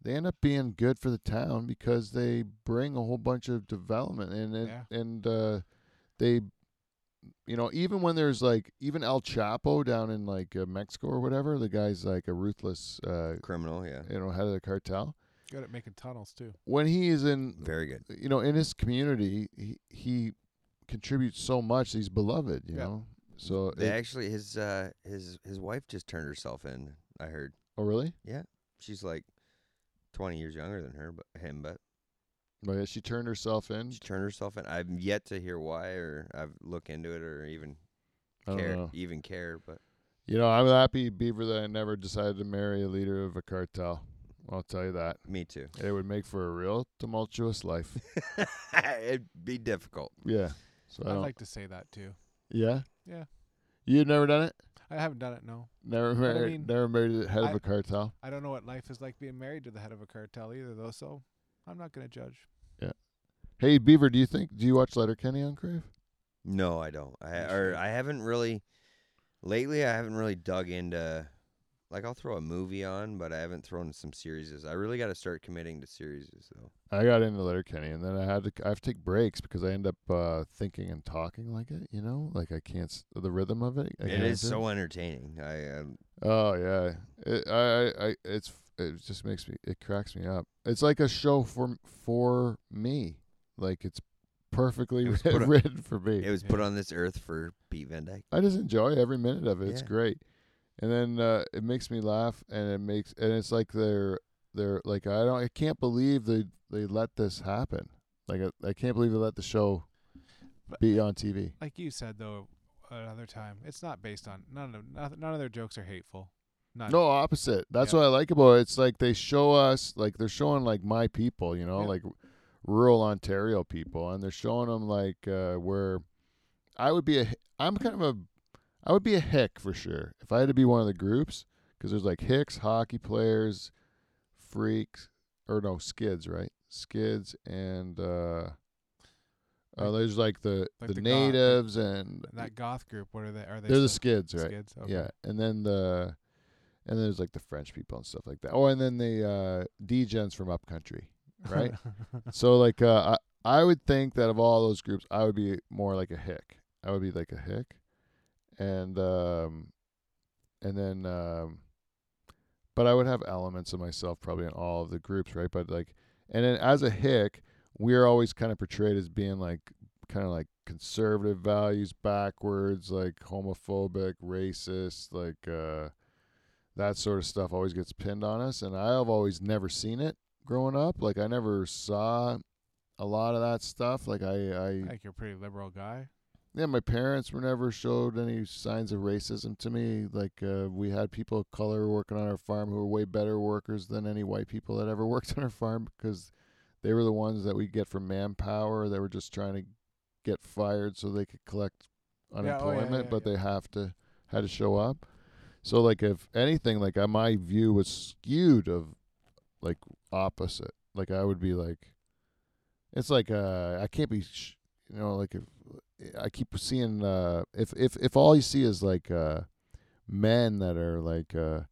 they end up being good for the town because they bring a whole bunch of development and and,
Yeah.
and uh, they, you know, even when there's like even El Chapo down in like uh, Mexico or whatever, the guy's like a ruthless, uh,
Criminal, yeah.
you know, head of the cartel.
Good at making tunnels too.
When he is in
Very good.
you know, in his community, he, he contributes so much. He's beloved, you
Yeah.
know. So,
They
it-
actually his uh his his wife just turned herself in. I heard
oh really?
she's like twenty years younger than her, but him, but
Oh, yeah, she turned herself in.
she turned herself in. I've yet to hear why, or I've looked into it, or even
I don't
care,
know.
even care. But
You know, I'm happy Beaver that I never decided to marry a leader of a cartel. I'll tell you that
me too. <laughs>
it would make for a real tumultuous life.
<laughs>
It'd be difficult.
yeah. So I
I'd
don't,
like to say that too.
yeah.
Yeah.
You've never done it.
I haven't done it. No.
Never
I
married.
mean,
never married the head
I-
of a cartel.
I don't know what life is like being married to the head of a cartel either, though. So I'm not gonna judge.
Hey Beaver, do you think do you watch Letterkenny on Crave?
No, I don't. I
You
or
should.
I haven't really lately. I haven't really dug into like I'll throw a movie on, but I haven't thrown some series. I really got to start committing to series though.
I got into Letterkenny, and then I had to I have to take breaks because I end up uh, thinking and talking like it. You know, like I can't s- the rhythm of it. I
It
can't
is
do.
so entertaining. I um,
Oh yeah, it, I, I I it's it just makes me it cracks me up. It's like a show for for me. Like it's perfectly
It was
<laughs>
put on-
written for me.
it was put on this earth for Pete Van Dyke.
I just enjoy every minute of it. It's
Yeah.
great, and then uh, it makes me laugh, and it makes and it's like they're they're like I don't I can't believe they they let this happen. Like I, I can't believe they let the show
But-
be on TV.
Like you said though, another time, it's not based on none of none, none of their jokes are hateful. None.
No, opposite. That's
Yeah.
what I like about it. It's like they show us like they're showing like my people, you know,
Yeah.
like rural Ontario people, and they're showing them like uh, where I would be a I'm kind of a I would be a hick for sure if I had to be one of the groups because there's like hicks, hockey players, freaks, or no skids, right? Skids and uh, uh
Like-
there's like the
like
the,
the goth-
natives and
That goth group. What are they? Are they?
they're the
still
skids, right?
Skids? Okay. <laughs>
Yeah, and then the and then there's like the French people and stuff like that. Oh, and then the uh, D-gens from upcountry, <laughs> right? so like uh, I I would think that of all those groups, I would be more like a hick. I would be like a hick, and um, and then um, but I would have elements of myself probably in all of the groups, right? But like, and then as a hick, we are always kind of portrayed as being like kind of like conservative values backwards like homophobic racist like uh that sort of stuff always gets pinned on us and i've always never seen it growing up like i never saw a lot of that stuff like i i
like you're a pretty liberal guy.
yeah my parents were never showed any signs of racism to me like uh, we had people of color working on our farm who were way better workers than any white people that ever <laughs> worked on our farm because they were the ones that we get from manpower that were just trying to get fired so they could collect
oh, yeah,
unemployment
yeah,
but
yeah.
they have to had to show up so like if anything like uh, my view was skewed of like opposite like i would be like it's like uh i can't be sh- you know like if i keep seeing uh if if if all you see is like uh men that are like uh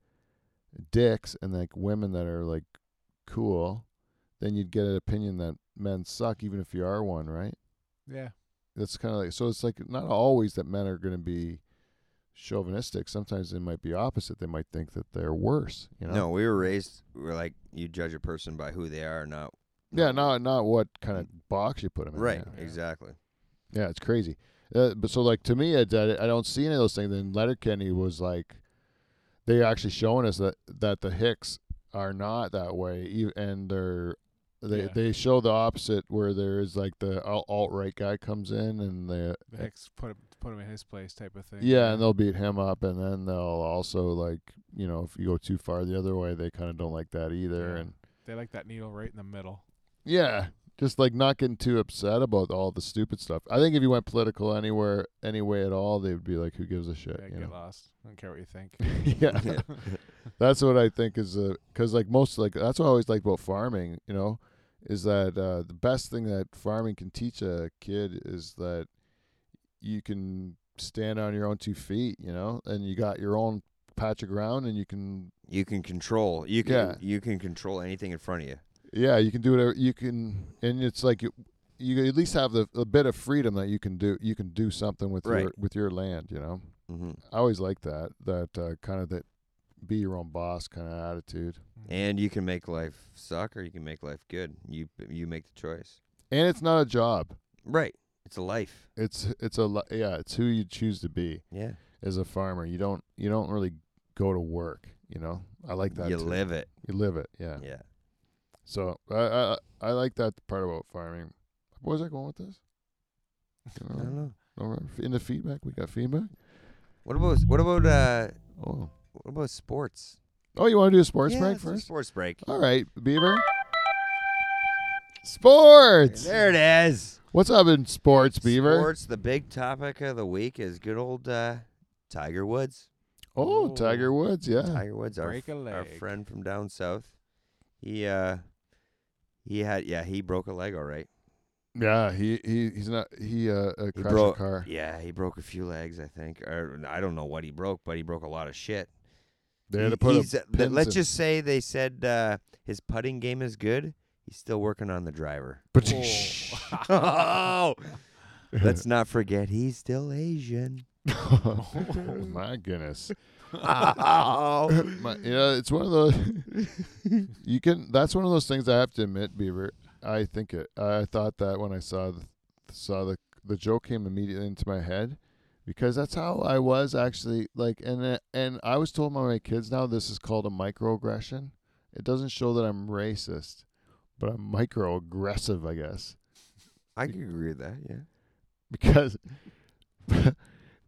dicks and like women that are like cool then you'd get an opinion that men suck even if you are one right
Yeah.
that's kind of like so it's like not always that men are going to be chauvinistic sometimes they might be opposite they might think that they're worse you know
<laughs> No, we were raised. We are like you judge a person by who they are, not
yeah not not what kind of box you put them in
right.
yeah.
Exactly.
Yeah, it's crazy. Uh, but so like to me, I, I, I don't see any of those things. Then Letterkenny was like, they actually showing us that that the Hicks are not that way, ev- and they're they
Yeah.
they show the opposite where there is like the alt right guy comes in and the
The Hicks put him, put him in his place, type of thing.
yeah, and they'll beat him up, and then they'll also like you know if you go too far the other way, they kind of don't like that either,
Yeah.
and
they like that needle right in the middle.
yeah, just like not getting too upset about all the stupid stuff. I think if you went political anywhere, any way at all, they would be like, "Who gives a shit?"
Yeah,
you
get
know?
lost. I don't care what you think.
<laughs> yeah.
<laughs> Yeah.
that's what I think is because like most like that's what I always like about farming. You know, is that uh, the best thing that farming can teach a kid is that you can stand on your own two feet. You know, and you got your own patch of ground, and you can
You can control. You can.
Yeah.
You can control anything in front of you.
yeah, you can do whatever you can, and it's like you you at least have the a bit of freedom that you can do you can do something with your
Right.
with your land. You know,
hmm
I always like that that uh, kind of that be your own boss kind of attitude.
And you can make life suck, or you can make life good. You you make the choice.
And it's not a job.
Right. It's a life.
it's it's a li- yeah it's who you choose to be
Yeah.
as a farmer you don't you don't really go to work you know i like that
you
too.
live it.
you live it yeah,
Yeah.
so I, I i like that part about farming where was i going with this You
<laughs> I don't
know,
know.
no, we're in the feedback we got feedback
What about what about uh
oh
what about sports?
oh you want to do a sports
Yeah,
break
let's do
first
Sports break.
all right beaver sports
There it is.
what's up in sports beaver
Sports. The big topic of the week is good old uh, Tiger Woods.
oh tiger
Oh.
woods yeah
Tiger Woods, our,
Break a
f- our
leg.
friend from down south. He uh He had yeah, he broke a leg all right.
Yeah, he, he he's not he uh, uh
He
crashed
broke-
a car.
Yeah, he broke a few legs, I think. Or I don't know what he broke, but he broke a lot of shit.
They had
He-
to put
he's-
a
uh, let- let's
pins in-
just say they said uh, his putting game is good. He's still working on the driver. <laughs> oh, let's <laughs> not forget he's still Asian.
<laughs> oh my goodness.
Oh.
My, you know, it's one of those you can that's one of those things I have to admit, Beaver. I think it I thought that when I saw the saw the the joke came immediately into my head because that's how I was actually like and uh, and I was told by my kids now this is called a microaggression. It doesn't show that I'm racist, but I'm microaggressive, I guess.
I can agree with that. Yeah.
because <laughs>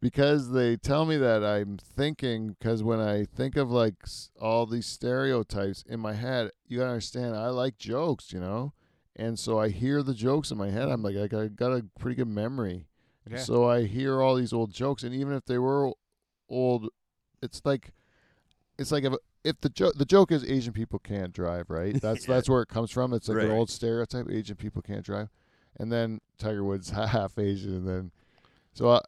because they tell me that I'm thinking because when I think of like s- all these stereotypes in my head, you gotta understand I like jokes, you know, and so I hear the jokes in my head. I'm like I got, I got a pretty good memory,
Yeah.
so I hear all these old jokes, and even if they were old, it's like it's like if if the joke the joke is Asian people can't drive,
<laughs>
right? That's
Yeah.
that's where it comes from. It's like an
Right.
old stereotype: Asian people can't drive. And then Tiger Woods <laughs> half Asian, and then so I,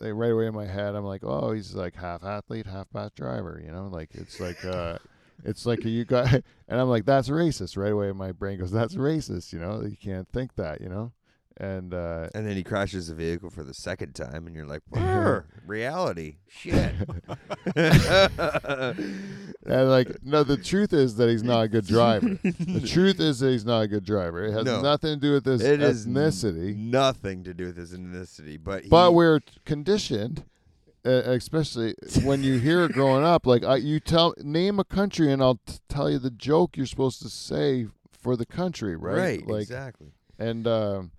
like right away in my head, I'm like, oh, he's like half athlete, half bad driver. You know, like it's like
<laughs>
uh, it's like you got, <laughs> and I'm like, that's racist. Right away, my brain goes, that's racist. You know, you can't think that. You know, and uh,
And then he crashes the vehicle for the second time, and you're
<laughs>
like, "Brr, reality.
<laughs>
Shit.
and like no,
<laughs>
the truth is that he's not a good driver. The truth is that he's not a good driver. It has
No.
nothing to do with his
It is n-
ethnicity.
Nothing to do with his ethnicity, but he,
but we're conditioned uh, especially when you hear it growing up like I, you tell name a country and i'll t- tell you the joke you're supposed to say for the country right
right,
like
exactly.
and um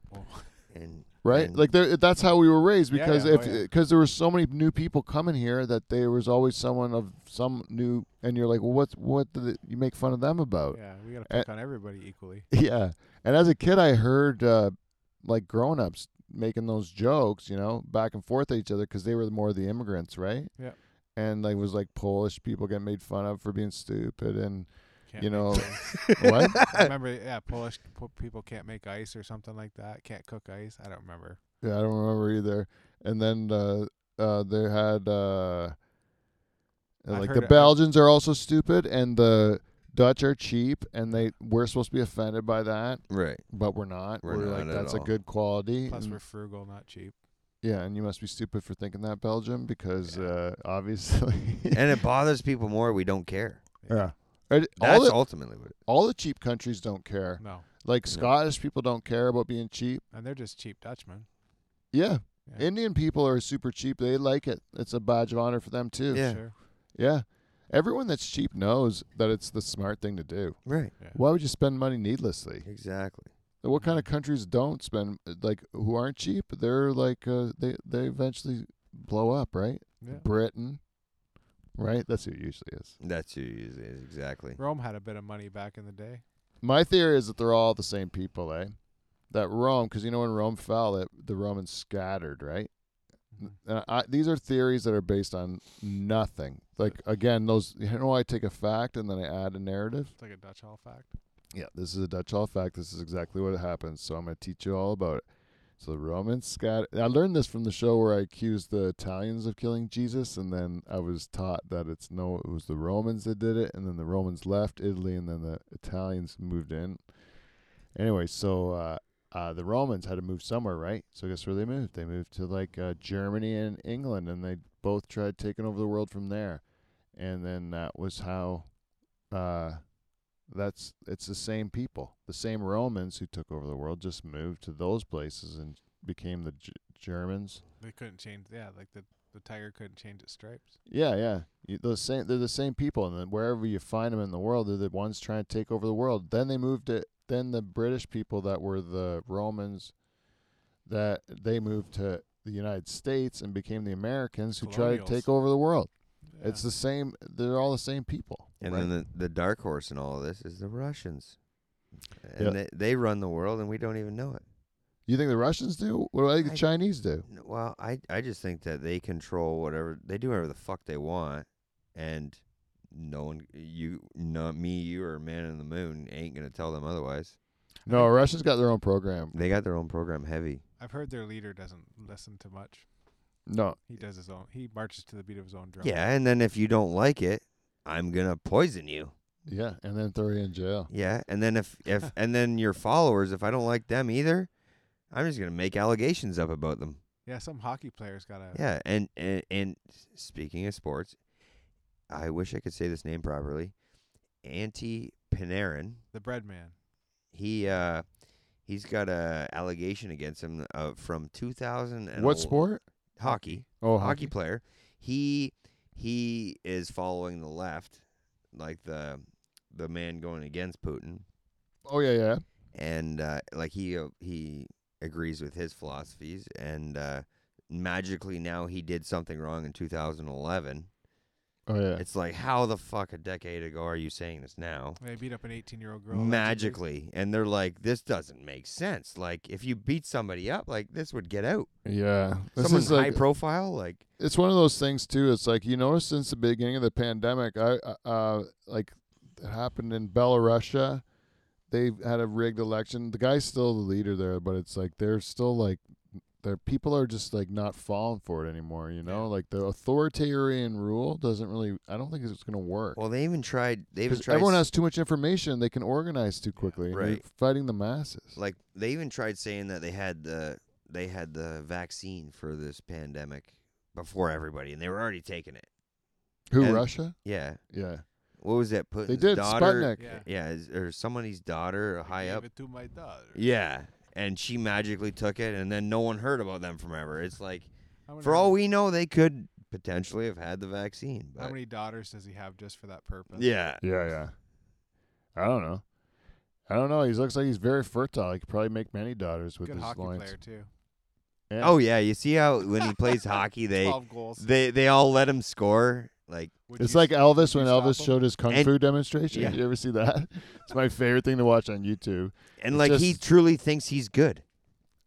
And
right
and
like there, that's how we were raised
Yeah,
because
yeah, oh,
if
yeah.
because there were so many new people coming here that there was always someone of some new and you're like well what's what did it- you make fun of them about
yeah, we gotta
Uh,
pick on everybody equally.
yeah. And as a kid, I heard uh, like grown ups making those jokes, you know, back and forth at each other because they were more the immigrants, right?
Yeah.
And like, it was like Polish people getting made fun of for being stupid and
Can't
You
make
know-
things.
<laughs>
<laughs>
what?
I
<laughs>
remember, yeah, Polish po- people can't make ice or something like that. Can't cook ice. I don't remember.
Yeah, I don't remember either. And then uh, uh, they had uh,
I've
like
heard
the
it- I've-
Belgians are also stupid and the Dutch are cheap and they we're supposed to be offended by that,
right,
but we're not.
We're
like
not at
that's a
all.
good quality.
Plus,
and-
we're frugal, not cheap.
Yeah, and you must be stupid for thinking that Belgium because
Yeah.
uh, obviously. <laughs>
and it bothers people more. We don't care.
yeah. And All
That's
the,
ultimately what. it-
all the cheap countries don't care.
No,
Like
No.
Scottish people don't care about being cheap.
and they're just cheap Dutchmen.
Yeah.
Yeah.
Indian people are super cheap. They like it. It's a badge of honor for them too.
Yeah.
Sure.
Yeah. Everyone that's cheap knows that it's the smart thing to do.
Right,
Yeah.
Why would you spend money needlessly?
exactly.
What kind of countries don't spend like who aren't cheap? They're like uh, they they eventually blow up, right?
Yeah.
Britain, right? That's who it usually is.
That's who he is, is, exactly.
Rome had a bit of money back in the day.
My theory is that they're all the same people, eh? That Rome, because you know when Rome fell, it, the Romans scattered, right?
Mhm.
And I, these are theories that are based on nothing. Like again, those you know I take a fact and then I add a narrative.
It's like a Dutch Hall fact.
Yeah, this is a Dutch Hall fact. This is exactly what happened. So I'm going to teach you all about it. So the Romans scattered. I learned this from the show where I accused the Italians of killing Jesus, and then I was taught that it's no, it was the Romans that did it, and then the Romans left Italy, and then the Italians moved in. Anyway, so uh, uh, the Romans had to move somewhere, right? So guess where they moved? They moved to like uh, Germany and England, and they both tried taking over the world from there. And then that was how. Uh, that's it's the same people the same romans who took over the world just moved to those places and became the G- germans
They couldn't change. Yeah, like the the tiger couldn't change its stripes.
yeah yeah you, the same they're the same people and then wherever you find them in the world they're the ones trying to take over the world then they moved it then the british people that were the romans that they moved to the united states and became the americans who tried to
Colonials.
take over the world
Yeah.
it's the same they're all the same people
And
right?
then the, the dark horse in all of this is the Russians, and
Yeah.
they, they run the world, and we don't even know it.
you think the russians do what do i think the
I-
chinese do
N- Well, I I just think that they control whatever they do whatever the fuck they want, and no one you not me you or man in the moon ain't gonna tell them otherwise.
No, Russia's got their own program.
They got their own program heavy.
I've heard their leader doesn't listen to much.
No,
He does his own. He marches to the beat of his own drum.
Yeah, and then if you don't like it, I'm gonna poison you.
yeah, and then throw you in jail.
Yeah, and then if if and then your followers, if I don't like them either, I'm just gonna make allegations up about them.
Yeah. Some hockey players got a.
Yeah, and and, and speaking of sports, I wish I could say this name properly. Antti Panarin,
The bread man.
he uh, he's got a allegation against him uh, from 2000 and
What
el-
sport?
Hockey.
Oh,
hockey
hockey.
player. He he is following the left, like the the man going against Putin,
Oh yeah, yeah.
and uh, like he uh, he agrees with his philosophies, and uh, magically now he did something wrong in 2011.
Oh yeah.
It's like how the fuck a decade ago are you saying this now?
They beat up an 18 year old girl. allegedly.
magically, and they're like, this doesn't make sense. Like if you beat somebody up, like this would get out.
yeah. This
Someone
is like
high profile, like
it's one of those things too. It's like you notice since the beginning of the pandemic, I I- uh, like it happened in Belarusia. They had a rigged election. The guy's still the leader there, but it's like they're still like their people are just like not falling for it anymore. You know,
Yeah.
like the authoritarian rule doesn't really. I don't think it's going to work.
well, they even tried. They even
'Cause
tried.
everyone
s-
has too much information. They can organize too quickly. and they're
Right.
fighting the masses.
like they even tried saying that they had the they had the vaccine for this pandemic before everybody and they were already taking it
Who
and-
Russia?
yeah
Yeah,
what was that Putin's
they did
daughter
Sputnik.
Yeah.
yeah is- or somebody's daughter
I
high
gave
up
it to my daughter.
yeah and she magically took it and then no one heard about them forever it's like
How many-
for all we know they could potentially have had the vaccine
How
but
many daughters does he have just for that purpose?
yeah
Yeah, yeah. I don't know. I don't know. He looks like he's very fertile. He could probably make many daughters with
Good
his
hockey
loins.
player too.
Yeah.
oh yeah you see how when he
<laughs>
plays hockey they
Twelve goals.
they they all let him score like
Would
it's
you
like
s-
Elvis
would
when
you stop
Elvis
him?
showed his kung
And-
fu demonstration.
Yeah.
<laughs> You ever see that? It's my favorite thing to watch on YouTube.
and
It's
like he
just-
truly thinks he's good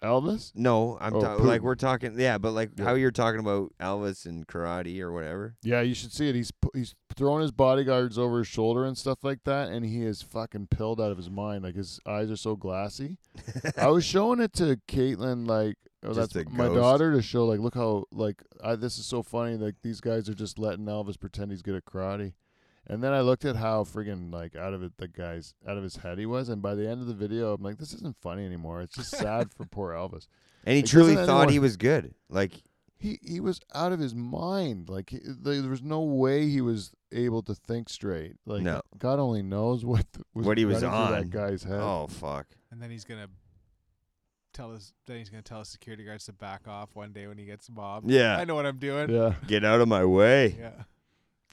Elvis?
No, I'm
Oh,
ta- like
Putin.
we're talking. Yeah, but like
Yeah.
how you're talking about Elvis and karate or
<laughs>
whatever. <laughs>
Yeah, you should see it. He's pu- he's throwing his bodyguards over his shoulder and stuff like that, and he is fucking pilled out of his mind. Like his eyes are so glassy. I was showing it to Caitlin, like oh,
Just
that's
a
my
ghost.
daughter, to show like look how like I, this is so funny. Like these guys are just letting Elvis pretend he's good at karate, and then I looked at how friggin' like out of it the guys out of his head he was, and by the end of the video, I'm like, this isn't funny anymore. It's just sad
<laughs>
for poor Elvis
And he
Like,
truly
doesn't
thought he
anyone-
was good. Like
he he was out of his mind. Like he, there was no way he was able to think straight. Like
No.
God only knows what the, was
What he was
running through
on.
that guy's head.
oh fuck.
And then he's gonna tell his then he's gonna tell his security guards to back off one day when he gets mobbed.
Yeah.
I know what I'm doing.
Yeah,
Get out of my way.
Yeah.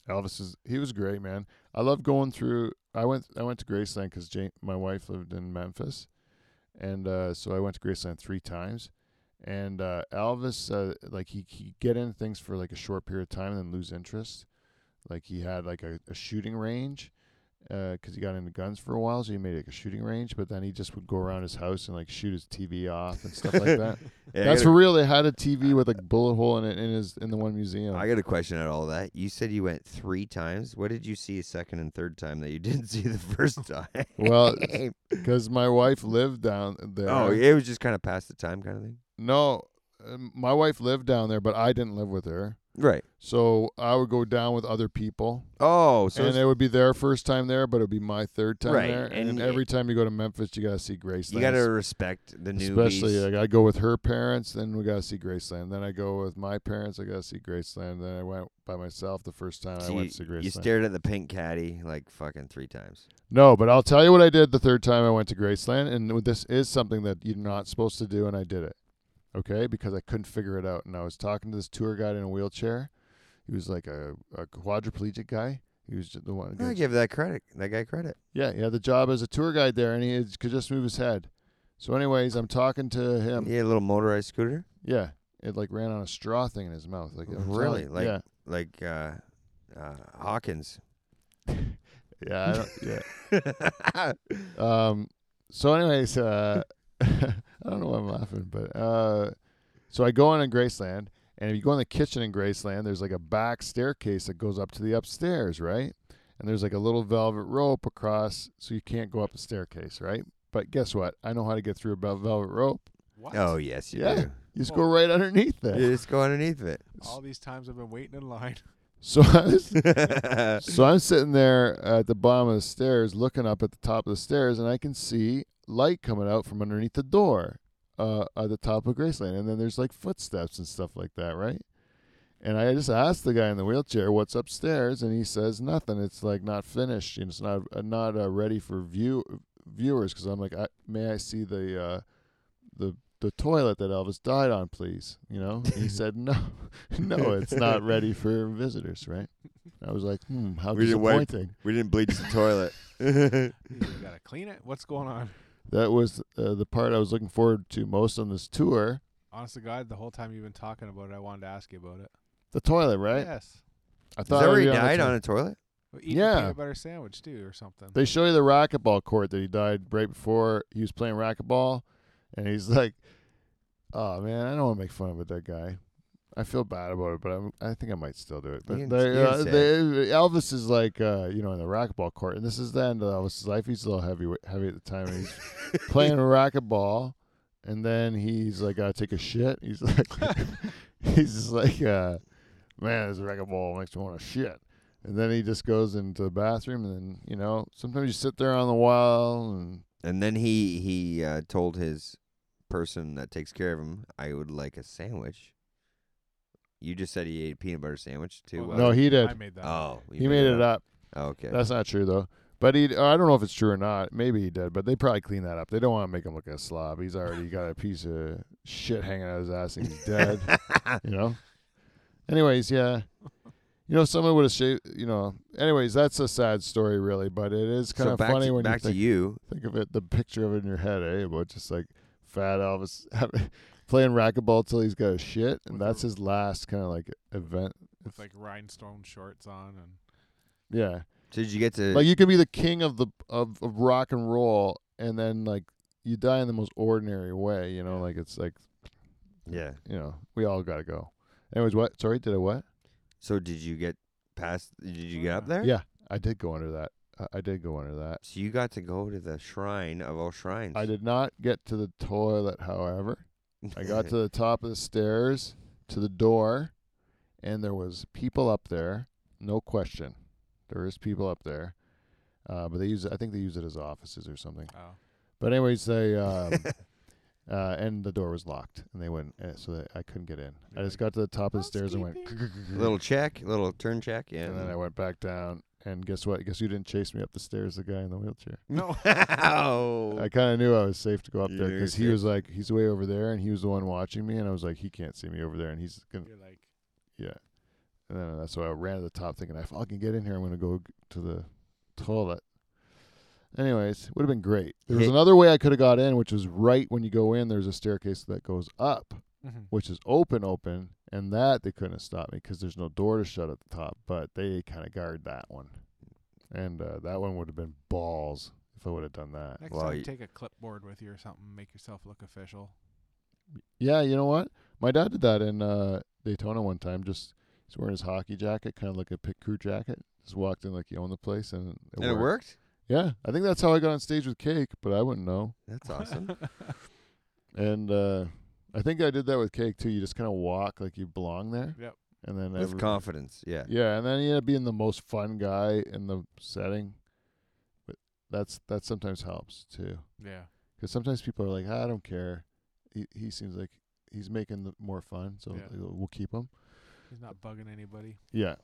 Elvis is he was great, man. I love going through. I went I went to Graceland because Jane, my wife, lived in Memphis, and uh, so I went to Graceland three times. And uh, Elvis, uh, like he he get into things for like a short period of time and then lose interest. Like he had like a, a shooting range because he got into guns for a while, so he made like a shooting range. But then he just would go around his house and like shoot his TV off and
<laughs>
stuff like that.
Yeah,
That's
I got,
for real. They had a TV with a bullet hole in it in his in the one museum.
a, I got a question at all that. You said you went three times. What did you see a second and third time that you <laughs> didn't see the first time?
<laughs> Well, <laughs> uh, because my wife lived down there.
<laughs> oh, it was just kind of past the time kind of thing.
No, um, my wife lived down there, but I didn't live with her.
Right.
So I would go down with other people,
Oh, so
and
it's-
it would be their first time there, but it would be my third time
Right,
there. And,
and
every time you go to Memphis, you gotta see Graceland.
you got to respect the newbies.
especially like I go with her parents, then we gotta see Graceland. Then I go with my parents, I gotta see Graceland. Then I went by myself the first time
So
I
you,
went to see Graceland.
you stared at the pink caddy like fucking three times.
No, but I'll tell you what I did the third time I went to Graceland, and this is something that you're not supposed to do, and I did it. Okay, because I couldn't figure it out, and I was talking to this tour guide in a wheelchair. He was like a, a quadriplegic guy. He was the one.
I give that credit. That guy credit.
Yeah, he had the job as a tour guide there, and he had- could just move his head. So, anyways, I'm talking to him. Yeah,
yeah, a little motorized scooter.
it like ran on a straw thing in his mouth. Like I'm telling
Really?
you.
Like-
yeah, <laughs>
like uh, uh, Hawkins.
yeah, I don't,
<laughs>
yeah.
yeah.
Um, so, anyways, uh, <laughs> I don't know why I'm laughing, but uh, so I go in in Graceland, and if you go in the kitchen in Graceland, there's like a back staircase that goes up to the upstairs, right? And there's like a little velvet rope across, so you can't go up the staircase, right? But guess what? I know how to get through a bel- velvet rope.
What?
Oh yes, you
Yeah.
do.
You just
Well-
go right underneath it.
You just go
<laughs>
underneath it.
All these times I've been waiting in line. <laughs>
So <laughs> I was So I'm sitting there at the bottom of the stairs, looking up at the top of the stairs, and I can see light coming out from underneath the door uh, at the top of Graceland. And then there's like footsteps and stuff like that, right? And I just asked the guy in the wheelchair what's upstairs, and he says nothing. It's like not finished, and it's not uh, not uh, ready for view viewers. Because I'm like, I, may I see the uh, the the toilet that Elvis died on, please? You know, and he said no, <laughs> no, it's not ready for visitors, right? I was like, hmm, how
We didn't wipe-
disappointing.
we didn't bleach the
<laughs>
toilet. yeah,
You gotta clean it. What's going on?
That was uh, the part I was looking forward to most on this tour.
Honest to God, the whole time you've been talking about it, I wanted to ask you about it.
The toilet, right?
Yes.
I
Is that
I'd
where he
be on the
died
tour-
on a toilet?
Well, eat
Yeah.
a peanut butter sandwich too, or something.
They show you the racquetball court that he died right before he was playing racquetball, and he's <laughs> like, "Oh man, I don't want to make fun of it, that guy. I feel bad about it, but I'm, I think I might still do it." But
You can-
they,
you can
uh,
say
they, Elvis is like, uh, you know, in the racquetball court, and this is the end of Elvis's life. He's a little heavy, heavy at the time.
<laughs>
and He's playing racquetball, and then he's like, "Gotta take a shit." He's <laughs> like, he's just like, uh, "Man, this racquetball makes me want to shit." And then he just goes into the bathroom, and then you know, sometimes you sit there on the wall, and
And then he he uh, told his person that takes care of him, "I would like a sandwich." You just said he ate a peanut butter sandwich too.
Well,
Oh, no, he did.
I made that. up.
Oh, you
he made it up.
Oh, okay. <laughs>
That's not true though. But he, I don't know if it's true or not. Maybe he did, but they probably cleaned that up. They don't want to make him look like a slob. He's already got a piece of shit hanging out his ass, and he's <laughs> dead. you know. Anyways, yeah, you know, someone would have shaved. You know, anyways, that's a sad story, really. But it is kind
so
of
back
funny
to,
when you
back
think,
to you.
think of it, the picture of it in your head, eh? About just like fat Elvis <laughs> playing racquetball till he's got a shit, and
With a-
that's his last kind of like event.
With like rhinestone shorts on and
Yeah,
So did you get to?
like you can be the king of the of, of rock and roll, and then like you die in the most ordinary way. You know, like it's like
yeah.
you know we all gotta go. Anyways, what? Sorry, did I what?
So did you get past? Did you get up
Uh,
there?
Yeah, I did go under that. I, I did go under that.
So you got to go to the shrine of all shrines.
I did not get to the toilet, however. I
<laughs>
got to the top of the stairs to the door, and there was people up there. No question, there is people up there, uh, but they use. I think they use it as offices or something.
oh,
But anyways, they
<laughs>
um, uh, and the door was locked, and they went uh, so that I couldn't get in. I
You're
just
like,
got to the top of the stairs and went, <laughs>
little check, little turn check, yeah.
and then I went back down. And guess what? Guess you didn't chase me up the stairs. The guy in the wheelchair. <laughs>
No.
Ow.
I kind of knew I was safe to go up
You
there
knew you
because
were
he
safe.
was like, he's way over there, and he was the one watching me, and I was like, he can't see me over there, and he's gonna,
<laughs> you're like
yeah. And then that's why I ran to the top, thinking, if I can get in here, I'm gonna go g- to the toilet. Anyways, would have been great. There was
Hit-
another way I could have got in, which was right when you go in. There's a staircase that goes up,
mhm.
which is open, open, and that they couldn't have stopped me because there's no door to shut at the top. But they kind of guard that one, and uh, that one would have been balls if I would have done that.
next
Well,
time
you-
take a clipboard with you or something, make yourself look official.
Yeah, you know what? My dad did that in uh, Daytona one time. Just he's wearing his hockey jacket, kind of like a pit crew jacket. Just walked in like he owned the place, and it,
and it worked.
Yeah, I think that's how I got on stage with Cake, but I wouldn't know. <laughs>
That's awesome.
And uh, I think I did that with Cake too. You just kind of walk like you belong there.
<laughs> Yep.
And then
With
every-
confidence, yeah.
Yeah, and then he ended up being the most fun guy in the setting. But that's that sometimes helps too.
Yeah.
Because sometimes people are like, "Ah, I don't care. He he seems like he's making the more fun, so
Yeah.
we'll keep him.
He's not bugging anybody.
Yeah.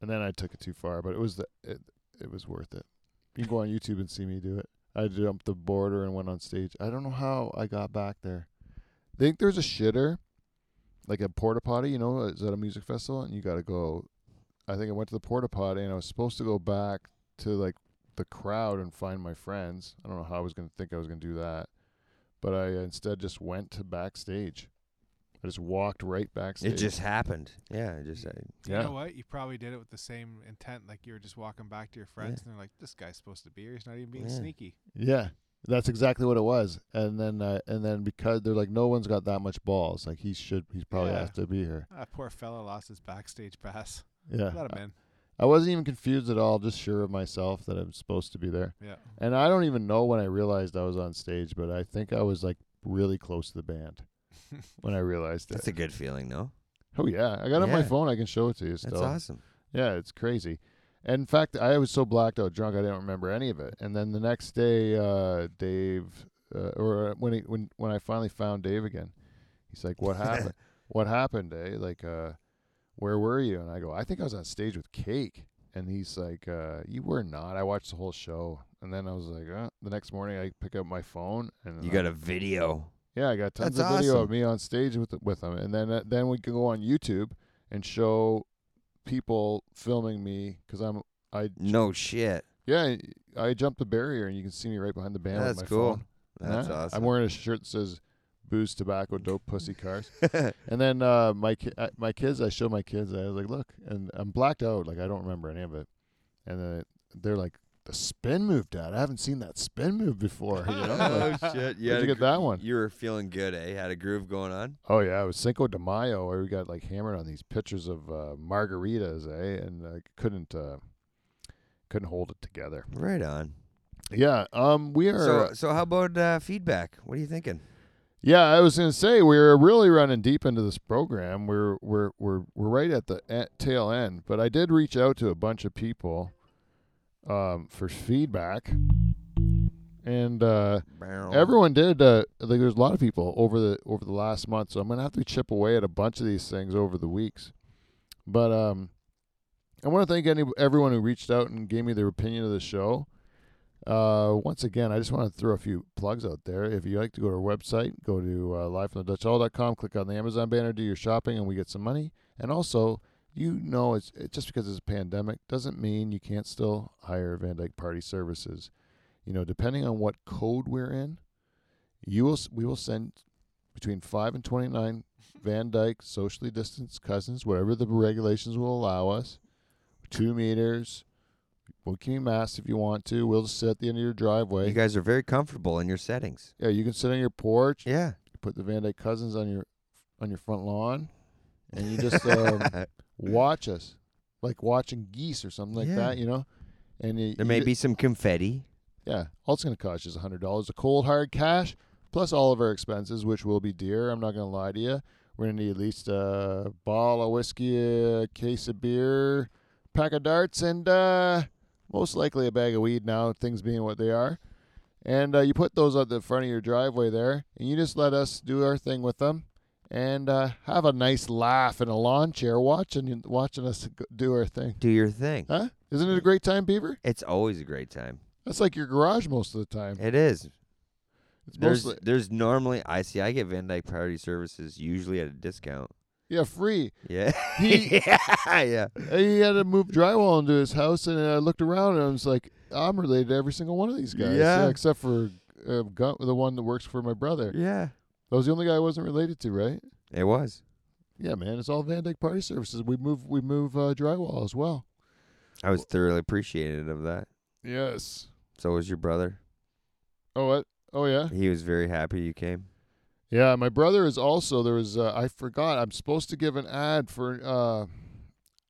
And then I took it too far, but it was the it, it was worth it. You can go on YouTube and see me do it. I jumped the border and went on stage. I don't know how I got back there. I think there's a shitter, like a porta potty, you know, is at a music festival and you gotta go I think I went to the porta potty and I was supposed to go back to like the crowd and find my friends. I don't know how I was gonna think I was gonna do that. But I uh, instead just went to backstage. I just walked right backstage.
It just happened. Yeah, it just. uh, I,
You
yeah.
know what? You probably did it with the same intent, like you were just walking back to your friends, and they're like, "This guy's supposed to be here. He's not even being
Yeah.
sneaky."
Yeah, that's exactly what it was. And then uh, and then because they're like, no one's got that much balls. Like he should, he probably
Yeah.
has to be here.
Ah, poor fella lost his backstage pass.
Yeah,
That'd have been
I wasn't even confused at all, just sure of myself that I'm supposed to be there.
Yeah.
And I don't even know when I realized I was on stage, but I think I was like really close to the band when I realized it.
That's a good feeling, though.
oh yeah, I got it on my
Yeah.
phone. I can show it to you still.
That's awesome.
Yeah, it's crazy. And in fact, I was so blacked out drunk I didn't remember any of it. And then the next day, uh, Dave, uh, or uh, when he, when when I finally found Dave again, he's like, "What
<laughs>
happened? what happened, Dave? Like, uh, where were you?" And I go, "I think I was on stage with Cake." And he's like, uh, "You were not. I watched the whole show." And then I was like, uh, "The next morning, I pick up my phone and
You
I-
got a video.
yeah, I got tons
That's
of video of
awesome.
me on stage with with them, and then uh, then we can go on YouTube and show people filming me because I'm I
No shit.
yeah I, I jumped the barrier and you can see me right behind the band.
That's
with my
cool.
phone.
That's
Yeah.
awesome.
I'm wearing a shirt that says "Booze, Tobacco, Dope, Pussy, Cars,"
<laughs>
and then uh, my ki- I, my kids. I show my kids. I was like, look, and I'm blacked out. Like I don't remember any of it, and then they're like, the spin move, Dad. I haven't seen that spin move before. You <laughs> know?
<laughs>
like,
oh
Where'd
shit! had
you
a
get
gr-
that one?
You were feeling good, eh? Had a groove going on.
Oh yeah, it was Cinco de Mayo where we got like hammered on these pictures of uh, margaritas, eh? And I couldn't uh, couldn't hold it together.
Right on.
Yeah, um, we are.
So, so how about uh, feedback? What are you thinking?
yeah, I was gonna say we're really running deep into this program. We're we're we're we're right at the at tail end, but I did reach out to a bunch of people um, for feedback, and uh, Everyone did. Uh, like there's a lot of people over the over the last month, so I'm gonna have to chip away at a bunch of these things over the weeks. But um, I want to thank any everyone who reached out and gave me their opinion of the show. Uh, once again, I just want to throw a few plugs out there. If you like to go to our website, go to uh, livefromthedutchhall.com, click on the Amazon banner, do your shopping, and we get some money. And also, you know, it's it, just because it's a pandemic doesn't mean you can't still hire Van Dyke Party Services. You know, depending on what code we're in, you will s- we will send between five and twenty
<laughs>
nine Van Dyke socially distanced cousins, whatever the regulations will allow us, two meters. We can be masked if you want to. We'll just sit at the end of your driveway.
You guys are very comfortable in your settings.
yeah, you can sit on your porch.
Yeah.
You put the Van Dyke cousins on your on your front
<clears throat>
lawn, and you just um, watch us, like watching geese or something like
Yeah.
that, you know. And you,
<laughs> there
you
may
ju-
be some confetti.
yeah, all it's going to cost is hundred dollars of cold hard cash, plus all of our expenses, which will be dear. I'm not going to lie to you. We're going to need at least a bottle of whiskey, a case of beer, pack of darts, and uh, most likely a bag of weed. Now things being what they are, and uh, you put those at the front of your driveway there, and you just let us do our thing with them. And uh, have a nice laugh in a lawn chair, watching watching us go- do our thing,
Do your thing.
huh? Isn't it a great time, Beaver?
It's always a great time.
That's like your garage most of the time.
It is.
It's
There's
mostly
there's normally I see I get Van Dyke Priority Services usually at a discount.
Yeah, free.
Yeah.
He-
yeah. <laughs> Yeah.
He had to move drywall into his house, and I looked around and I was like, I'm related to every single one of these guys.
Yeah.
except for uh, Gun- the one that works for my brother.
Yeah.
That was the only guy I wasn't related to, right?
It was.
Yeah, man, it's all Van Dyke Party Services. We move, we move uh, drywall as well.
I was thoroughly appreciative of that.
Yes.
So was your
<laughs>
brother.
Oh, what? Oh, yeah.
He was very happy you came.
Yeah, my brother is also there was uh, I forgot I'm supposed to give an ad for uh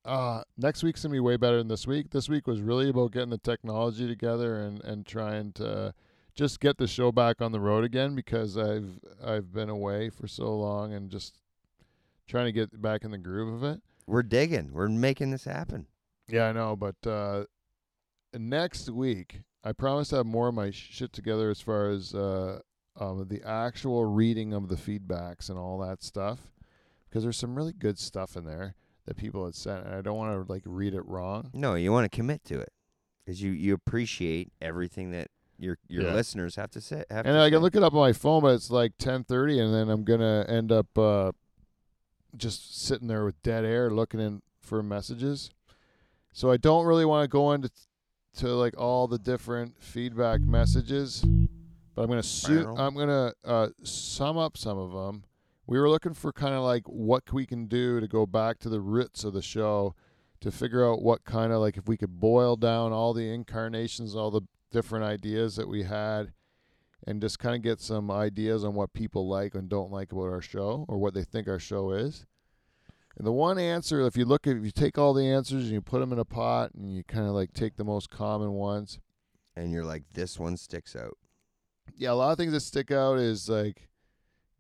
uh next week's gonna be way better than this week. This week was really about getting the technology together and and trying to just get the show back on the road again because I've I've been away for so long and just trying to get back in the groove of it.
We're digging. We're making this happen.
Yeah, I know, but uh, next week I promise to have more of my shit together as far as uh, um, the actual reading of the feedbacks and all that stuff, because there's some really good stuff in there that people had sent, and I don't want to like read it wrong.
No, you want to commit to it. Cuz you you appreciate everything that your your
Yeah.
listeners have to say. Have
And
to
I can
say.
look it up on my phone, but it's like 10:30, and then I'm gonna end up uh, just sitting there with dead air, looking in for messages. So I don't really want to go into to like all the different feedback messages, but I'm gonna su-
Viral.
I'm gonna uh, sum up some of them. We were looking for kind of like what we can do to go back to the roots of the show to figure out what kind of like if we could boil down all the incarnations, all the different ideas that we had, and just kind of get some ideas on what people like and don't like about our show or what they think our show is. the one answer, if you look at, if you take all the answers and you put them in a pot and you kind of like take the most common ones.
and you're like, this one sticks out.
Yeah, a lot of things that stick out is like,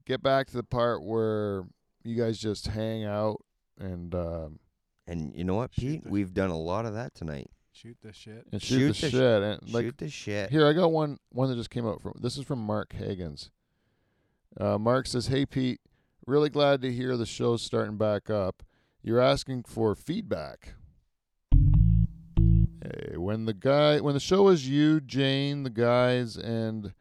get back to the part where you guys just hang out and um,
And you know what,
Shoot
Pete?
the-
We've done a lot of that tonight.
<laughs> Shoot the shit.
and shoot,
Shoot
the,
the sh-
shit. And like
Shoot the shit.
Here, I got one. One that just came out from. This is from Mark Higgins. Uh, Mark says, "Hey Pete, really glad to hear the show's starting back up. You're asking for feedback. Hey, when the guy, when the show is you, Jane, the guys, and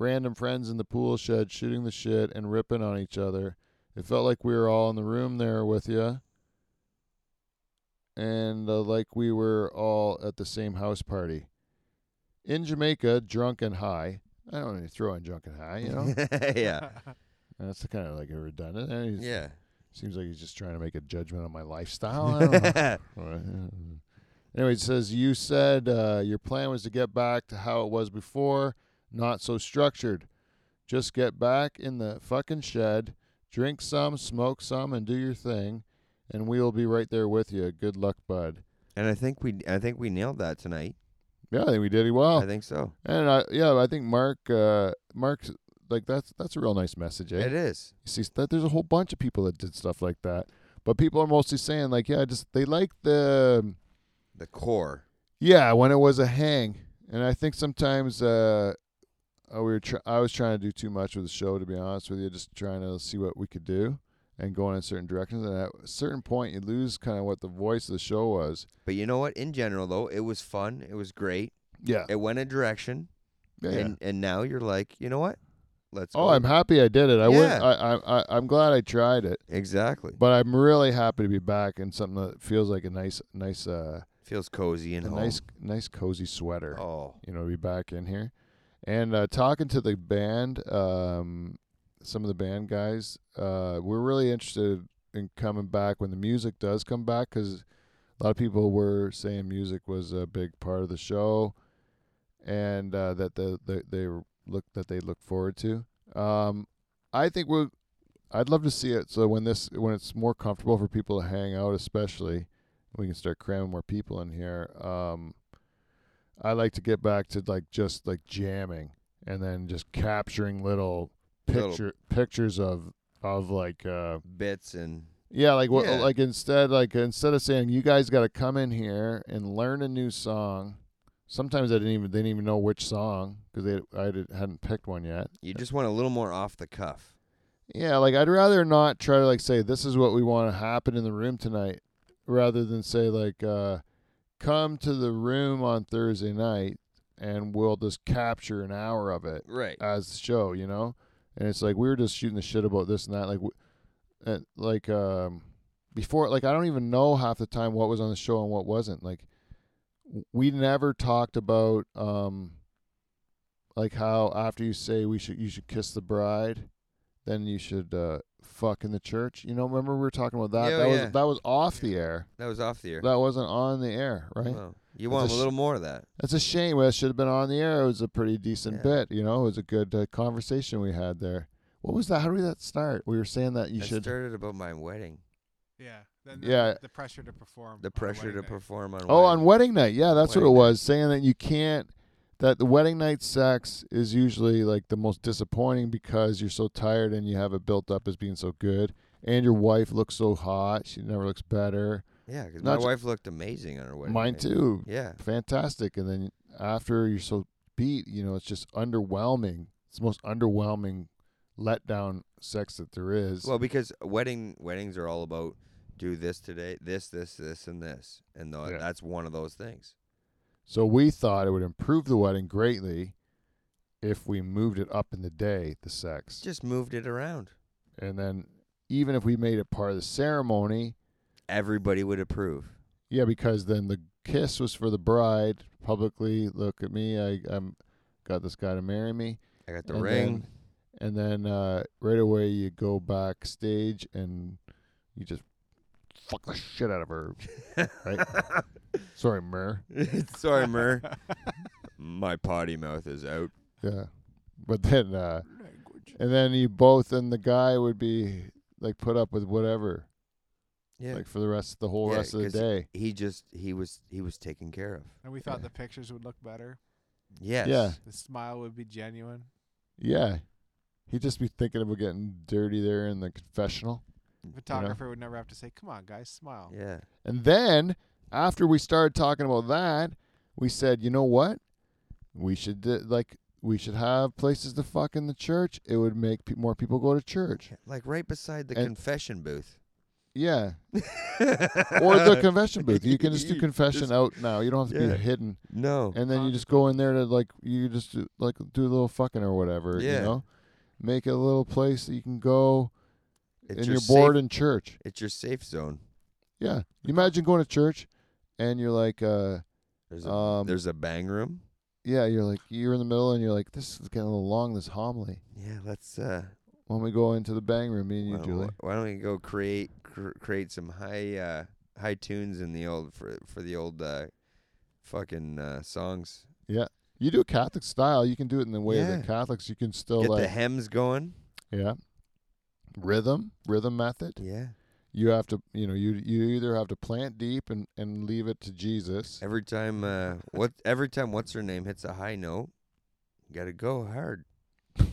random friends in the pool shed shooting the shit and ripping on each other, it felt like we were all in the room there with you." And uh, like we were all at the same house party in Jamaica, drunk and high. I don't even throw in drunk and high, you
<laughs>
know?
yeah.
That's kind of like a redundant. I mean,
Yeah.
Seems like he's just trying to make a judgment on my
<laughs>
lifestyle. I don't know. anyway, it says, You said uh, your plan was to get back to how it was before, not so structured. Just get back in the fucking shed, drink some, smoke some, and do your thing, and we will be right there with you. Good luck, bud.
and I think we I think we nailed that tonight.
Yeah, I think we did well.
I think so.
And I, yeah, I think Mark, uh, Mark's like that's that's a real nice message. Eh?
It is.
You see, that there's a whole bunch of people that did stuff like that, but people are mostly saying like, yeah, just they like the
The core.
yeah when it was a hang, and I think sometimes uh, uh, we were tr- I was trying to do too much with the show to be honest with you, just trying to see what we could do and going in certain directions. And at a certain point, you lose kind of what the voice of the show was.
But you know what? In general though, it was fun. It was great.
Yeah,
It went a direction.
yeah.
And and now you're like, you know what? Let's
oh,
go.
I'm happy I did it. I wouldn't.
Yeah.
I, I, I I'm glad I tried it.
Exactly.
But I'm really happy to be back in something that feels like a nice, nice, uh,
Feels cozy
a
and home.
nice, nice cozy sweater.
Oh.
You know, to be back in here, and uh, talking to the band, um, some of the band guys, uh, we're really interested in coming back when the music does come back because a lot of people were saying music was a big part of the show, and uh, that the, the they look that they look forward to. Um, I think we'll. I'd love to see it. So when this when it's more comfortable for people to hang out, especially we can start cramming more people in here. Um, I like to get back to like just like jamming and then just capturing little
Little-
picture pictures of of like uh,
Bits and
yeah, like what,
Yeah.
like instead, like instead of saying you guys got to come in here and learn a new song. Sometimes I didn't even they didn't even know which song because they I did, hadn't picked one yet.
you just want a little more off the cuff.
Yeah, like I'd rather not try to like say this is what we want to happen in the room tonight, rather than say like uh, come to the room on Thursday night and we'll just capture an hour of it
Right.
as the show, you know. And it's like we were just shooting the shit about this and that, like, w- uh, like um, before, like I don't even know half the time what was on the show and what wasn't. Like, w- we never talked about um, like how after you say we should you should kiss the bride, then you should uh, fuck in the church. You know, remember we were talking about that.
Yeah,
that
yeah.
was that was off the air.
that was off the air.
That wasn't on the air, right?
Well, you
That's
want
a
a
sh-
little more of that.
That's a shame. That should have been on the air. It was a pretty decent
Yeah.
bit. You know, it was a good uh, conversation we had there. What was that? How did that start? We were saying that you
I
should.
started about my wedding.
<laughs> Yeah. Then the,
Yeah.
The pressure to perform.
The
on a
pressure to
wedding night.
perform on
Oh,
wedding.
on wedding night. Yeah, that's what it
Wedding night.
was. Saying that you can't. That the wedding night sex is usually like the most disappointing because you're so tired and you have it built up as being so good, and your wife looks so hot. She never looks better.
Yeah, because
Not
my
ju-
wife looked amazing on her wedding.
Mine
night.
too.
Yeah.
fantastic. And then after you're so beat, you know, it's just underwhelming. It's the most underwhelming letdown sex that there is.
Well, because wedding weddings are all about do this today, this, this, this, and this, and tho-
Yeah.
that's one of those things.
so we thought it would improve the wedding greatly if we moved it up in the day, the sex.
Just moved it around.
And then even if we made it part of the ceremony,
Everybody would approve.
yeah, because then the kiss was for the bride publicly. Look at me, I, I'm got this guy to marry me.
I got the
And
ring.
then- and then uh, right away you go backstage and you just fuck the shit out of her. <laughs>
<laughs>
Right? Sorry, Mer.
Sorry, Mer. my potty mouth is out.
Yeah, but then uh, and then you both and the guy would be like put up with whatever.
Yeah.
like for the rest the whole
Yeah,
rest of the
'cause
day.
he just he was he was taken care of.
<laughs> And we thought
Yeah.
the pictures would look better.
Yes.
Yeah.
The smile would be genuine.
Yeah. He'd just be thinking of getting dirty there in the confessional.
The photographer would never have to say, "Come on, guys, smile."
Yeah.
And then after we started talking about that, we said, you know what? We should d- like we should have places to fuck in the church. It would make pe- more people go to church.
Like right beside the
And-
confession booth.
Yeah, or
<laughs>
the confession booth. You can just do
You
confession
just-
out now. You don't have to
Yeah.
be hidden.
no.
And then you just go in there to like you just do, like do a little fucking or whatever.
Yeah.
You know, make it a little place that you can go
It's
and
your
you're bored
safe-
in church.
it's your safe zone.
Yeah. You imagine going to church and you're like, uh,
There's a
um,
there's a bang room.
yeah, you're like, you're in the middle and you're like, this is getting a little long, this homily.
Yeah, let's uh
Why don't we go into the bang room, me and you,
why-
Julie?
why don't we go create cr- create some high uh high tunes in the old for for the old uh fucking uh songs.
You do it Catholic style. You can do it in the way
Yeah.
that Catholics, you can still
Get the
like,
hems going.
yeah. Rhythm, rhythm method.
Yeah.
You have to, you know, you you either have to plant deep and and leave it to Jesus. <laughs>
Every time uh what every time what's her name hits a high note, you gotta go hard. <laughs>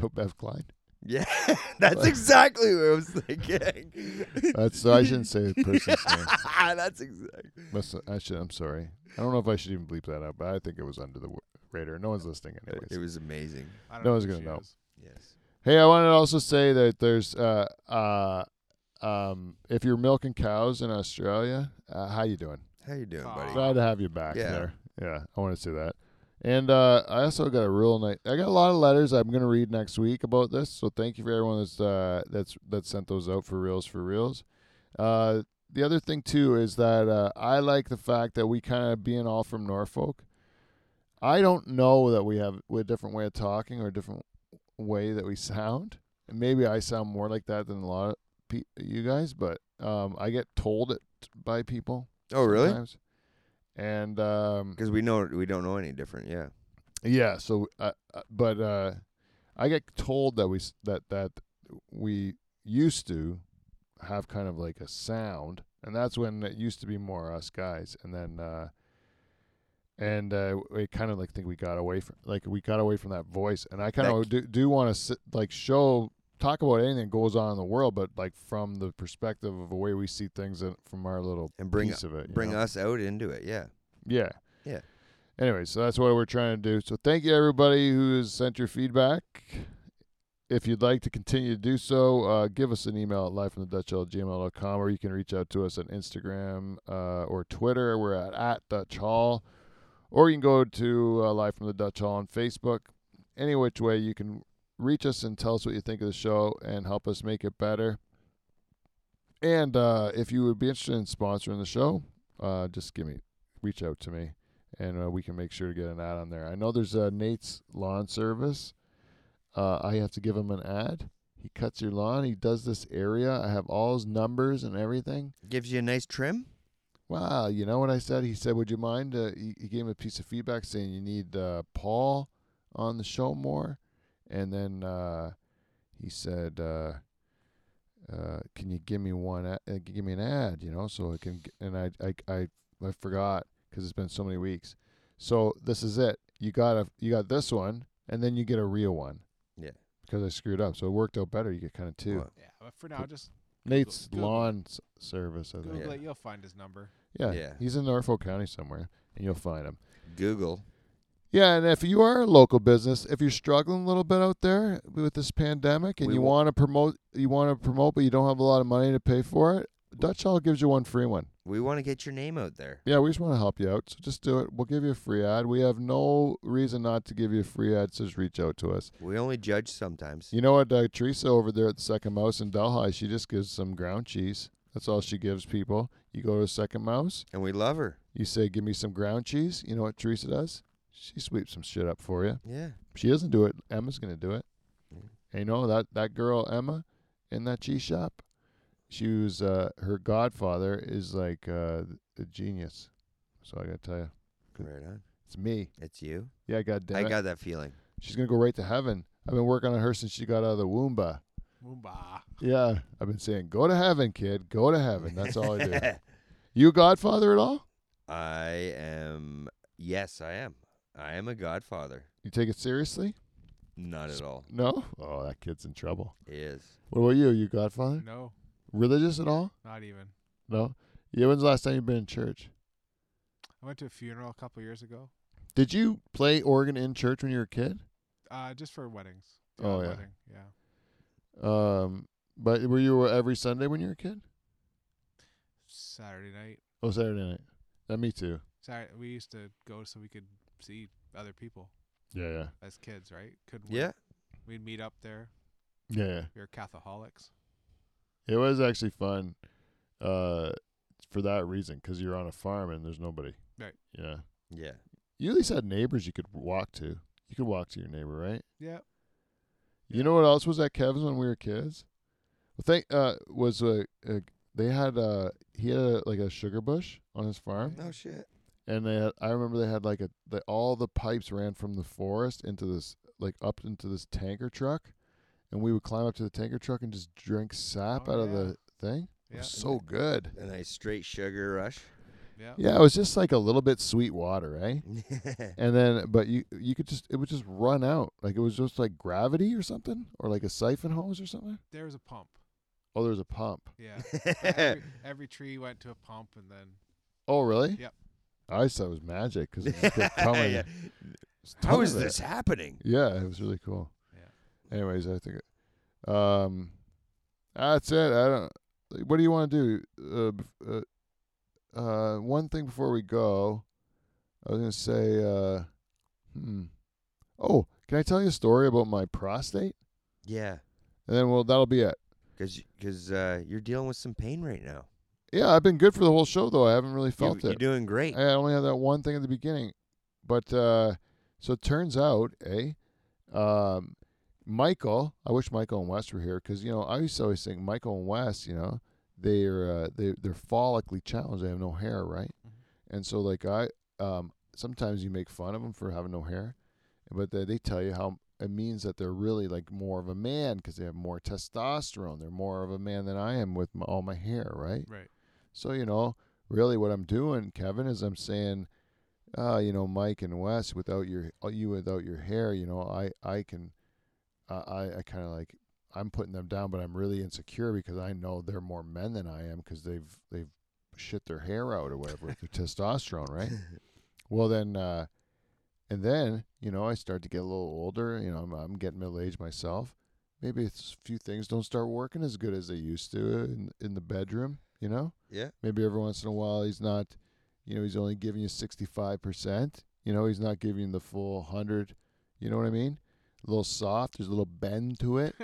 Oh, Bev Klein.
Yeah, <laughs> that's exactly what I was thinking.
<laughs> That's I shouldn't
<laughs>
say the person's name.
that's exactly.
Must, I should. I'm sorry. I don't know if I should even bleep that out, but I think it was under the radar. No one's listening anyways.
It was amazing.
I don't
No
know
one's
who
gonna
she
know.
is.
Yes.
Hey, I wanted to also say that there's uh uh um if you're milking cows in Australia, uh, how you doing?
How you doing, buddy?
Aw.
Glad to have you back
Yeah.
there. Yeah, I want to say that. And uh, I also got a real nice. I got a lot of letters I'm going to read next week about this. So thank you for everyone that's uh, that's that sent those out for reals for reals. Uh, the other thing too is that uh, I like the fact that we kind of being all from Norfolk. I don't know that we have a different way of talking or a different way that we sound. And maybe I sound more like that than a lot of pe- you guys, but um, I get told it by people
Oh, really?
sometimes. And um,
Because we know we don't know any different. Yeah.
yeah, so uh, uh, but uh, I get told that we s- that that we used to have kind of like a sound, and that's when it used to be more us guys, and then uh, and uh, we kind of like think we got away from like we got away from that voice, and I kind of
That-
do do want to like show talk about anything that goes on in the world, but like from the perspective of the way we see things and from our little
And bring
piece of it, you
bring
know?
us out into it. Yeah.
Yeah.
Yeah.
Anyway, so that's what we're trying to do. So thank you everybody who has sent your feedback. If you'd like to continue to do so, uh, give us an email at lifeinthedutchhall@gmail.com, or you can reach out to us on Instagram uh, or Twitter. We're at, at Dutch Hall, or you can go to uh, Live from the Dutch Hall on Facebook. Any which way you can reach us and tell us what you think of the show and help us make it better. And uh, if you would be interested in sponsoring the show, uh, just give me reach out to me and uh, we can make sure to get an ad on there. I know there's uh, Nate's lawn service. Uh, I have to give him an ad. He cuts your lawn. He does this area. I have all his numbers and everything.
Gives you a nice trim.
Wow, you know what I said? He said, "Would you mind?" Uh, he, he gave me a piece of feedback saying you need uh, Paul on the show more, and then uh, he said, uh, uh, "Can you give me one? a- Uh, give me an ad, you know, so I can." g- And I I I, I forgot because it's been so many weeks. So this is it. You got a you got this one, and then you get a real one.
Yeah.
Because I screwed up, so it worked out better. You get kind of two.
Well,
Yeah, but for now, just
Nate's
Google.
lawn s- service, I think.
Google
Yeah.
it. You'll find his number.
Yeah,
Yeah.
he's in Norfolk County somewhere, and you'll find him.
Google.
Yeah, and if you are a local business, if you're struggling a little bit out there with this pandemic, and
We
you
will-
want to promote, you want to promote, but you don't have a lot of money to pay for it, Dutch Hall gives you one free one.
We want to get your name out there.
Yeah, we just want to help you out, so just do it. We'll give you a free ad. We have no reason not to give you a free ad. So just reach out to us.
We only judge sometimes.
You know what, uh, Teresa over there at the Second Mouse in Delhi, she just gives some ground cheese. That's all she gives people. You go to the Second Mouse,
And we love her.
you say, "Give me some ground cheese." You know what Teresa does? She sweeps some shit up for you.
Yeah.
she doesn't do it. Emma's gonna do it.
Yeah.
And you know that that girl Emma in that cheese shop, she was uh, her godfather is like uh, a genius. So I gotta tell you,
Right on.
it's me.
It's you.
Yeah, God damn
I
it.
got that feeling.
She's gonna go right to heaven. I've been working on her since she got out of the womb. bah.
Moomba.
Yeah, I've been saying, go to heaven, kid. Go to heaven. That's all I do. you Godfather at all?
<laughs> I am. Yes, I am. I am a godfather.
You take it seriously?
Not at all.
No? Oh, that kid's in trouble.
He is.
What about you? You Godfather?
No,
Religious at all?
not even.
No? Yeah, when's the last time you've been in church?
I went to a funeral a couple years ago,
Did you play organ in church when you were a kid?
uh, just for weddings. the
Oh,
odd
yeah.
wedding, yeah.
Um, but were you every Sunday when you were a kid?
Saturday night.
Oh, Saturday night. Yeah, me too.
Saturday, we used to go so we could see other people
Yeah, yeah.
as kids, right? Couldn't we?
Yeah.
We'd meet up there.
Yeah, yeah.
We were Catholics.
It was actually fun uh, for that reason because you're on a farm and there's nobody.
Right.
Yeah.
Yeah.
You at least had neighbors you could walk to. You could walk to your neighbor, right?
Yeah.
You know what else was at Kev's when we were kids? Well, think uh, was uh, uh, they had uh, he had a, like a sugar bush on his farm,
No shit.
Mm-hmm.
and they had, I remember they had like a the, all the pipes ran from the forest into this like up into this tanker truck, and we would climb up to the tanker truck and just drink sap
Oh,
out of
yeah.
the thing. It
Yeah.
was so good.
A nice straight
<laughs>
sugar rush. <laughs>
Yeah.
Yeah, it was just like a little bit sweet water, eh? And then, but you you could just it would just run out like it was just like gravity or something, or like a siphon hose or something.
There was a pump.
Oh, there's a pump. <laughs>
Yeah. every, every tree went to a pump, and then
Oh, really?
Yep.
I just thought it was magic because it just kept coming.
<laughs> Yeah.
There's
How
tons
is
of it.
this happening?
Yeah, it was really cool.
Yeah.
Anyways, I think, it- um, that's it. I don't. like, What do you want to do? Uh, bef- uh, uh, one thing before we go, I was gonna say, uh, hmm. Oh, can I tell you a story about my prostate?
Yeah.
And then, well, that'll be it.
Because because uh, you're dealing with some pain right now.
Yeah, I've been good for the whole show though. I haven't really
You,
felt
you're
it.
doing great.
I only had that one thing at the beginning, but uh, so it turns out, eh, um, Michael. I wish Michael and West were here because you know I used to always think Michael and West, you know, they're uh, they they're follically challenged. They have no hair, right? And so like I, um, sometimes you make fun of them for having no hair, but they, they tell you how it means that they're really like more of a man because they have more testosterone. They're more of a man than I am with my, all my hair, right?
right.
So, you know, really what I'm doing, Kevin, is I'm saying, uh, you know, Mike and Wes, without your uh, you without your hair, you know, I I can, uh, I I kind of like I'm putting them down, but I'm really insecure because I know they're more men than I am because they've they've shit their hair out or whatever with their testosterone, right? Well, then, uh, and then, you know, I start to get a little older. You know, I'm, I'm getting middle aged myself. Maybe it's a few things don't start working as good as they used to in, in the bedroom, you know?
<laughs> Yeah.
Maybe every once in a while he's not, you know, he's only giving you 65%. You know, he's not giving you the full 100. You know what I mean? A little soft. There's a little bend to
<laughs>
it.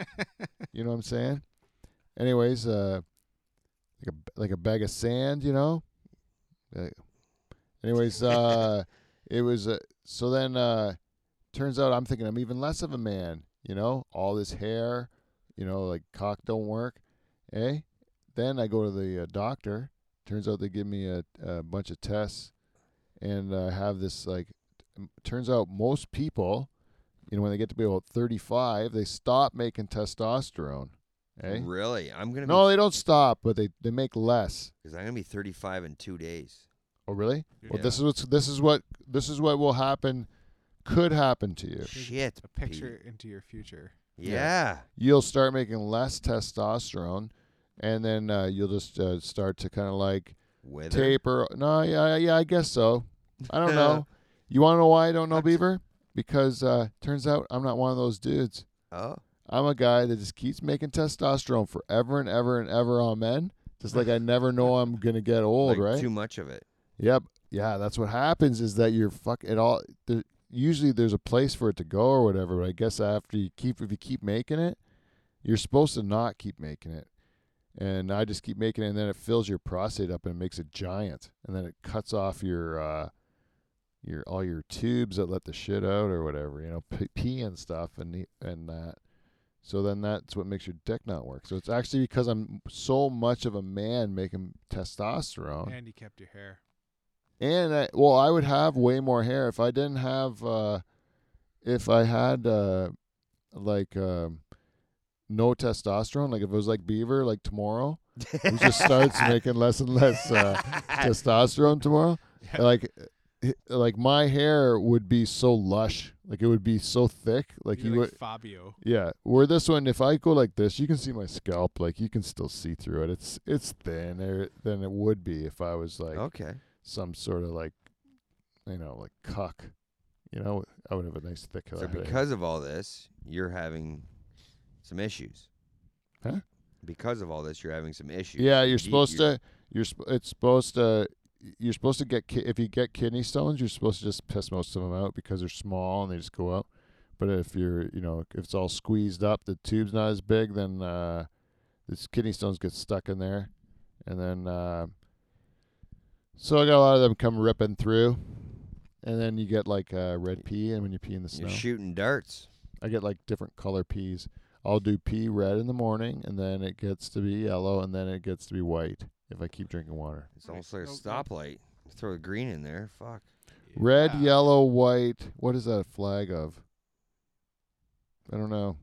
You know what I'm saying? Anyways, uh, like a like a bag of sand, you know. Uh, anyways, uh, it was uh, so then. Uh, turns out I'm thinking I'm even less of a man, you know. All this hair, you know, like cock don't work, eh? Then I go to the uh, doctor. Turns out they give me a, a bunch of tests, and uh, have this like. m- Turns out most people, you know, when they get to be about 35, they stop making testosterone. Eh?
Really? I'm gonna
No, they don't stop, but they, they make less.
because I'm gonna be 35 in two days.
Oh, really? Well,
Yeah.
this is what's this is what this is what will happen, could happen to you.
Shit.
<laughs> A picture into your future.
Pete. Yeah.
You'll start making less testosterone, and then uh, you'll just uh, start to kind of like
Whether
taper. No, yeah, yeah, I guess so. I don't know. You want to know why I don't know Beaver? Because uh, turns out I'm not one of those dudes.
Oh.
I'm a guy that just keeps making testosterone forever and ever and ever. Amen. Just like I never know I'm gonna get old,
like
right?
Too much of it.
Yep. Yeah, that's what happens is that you're fuck it all. There, usually there's a place for it to go or whatever. But I guess after you keep if you keep making it, you're supposed to not keep making it. And I just keep making it, and then it fills your prostate up and it makes it giant, and then it cuts off your uh, your all your tubes that let the shit out or whatever, you know, p- pee and stuff and the, and that. So then that's what makes your dick not work. So it's actually because I'm so much of a man making testosterone.
And you kept your hair.
And I, well, I would have way more hair if I didn't have, uh, if I had, uh, like, um, no testosterone, like if it was like Beaver, like tomorrow, he just
<laughs>
starts making less and less uh, testosterone tomorrow,
Yeah.
like h- like my hair would be so lush, like it would be so thick, like
<laughs> You're
you would.
Fabio.
Yeah, where this one, if I go like this, you can see my scalp. Like you can still see through it. It's it's thinner than it would be if I was like
okay.
some sort of like, you know, like cuck. You know, I would have a nice thick
So
head.
because of all this, you're having some issues.
Huh?
Because of all this, you're having some issues.
yeah, you're
Ye-
supposed to. You're sp- it's supposed to. You're supposed to get ki- if you get kidney stones, you're supposed to just piss most of them out because they're small and they just go out. But if you're, you know, if it's all squeezed up, the tube's not as big, then uh, this kidney stones get stuck in there, and then uh, so I got a lot of them come ripping through, and then you get like uh, red pea, and when you pee in the snow,
You're shooting darts.
I get like different color peas. I'll do pea red in the morning, and then it gets to be yellow, and then it gets to be white if I keep drinking water.
It's
Right,
almost like a
no- no-
stoplight. Throw the green in there. Fuck.
Red,
Yeah.
yellow, white. What is that a flag of? I don't know,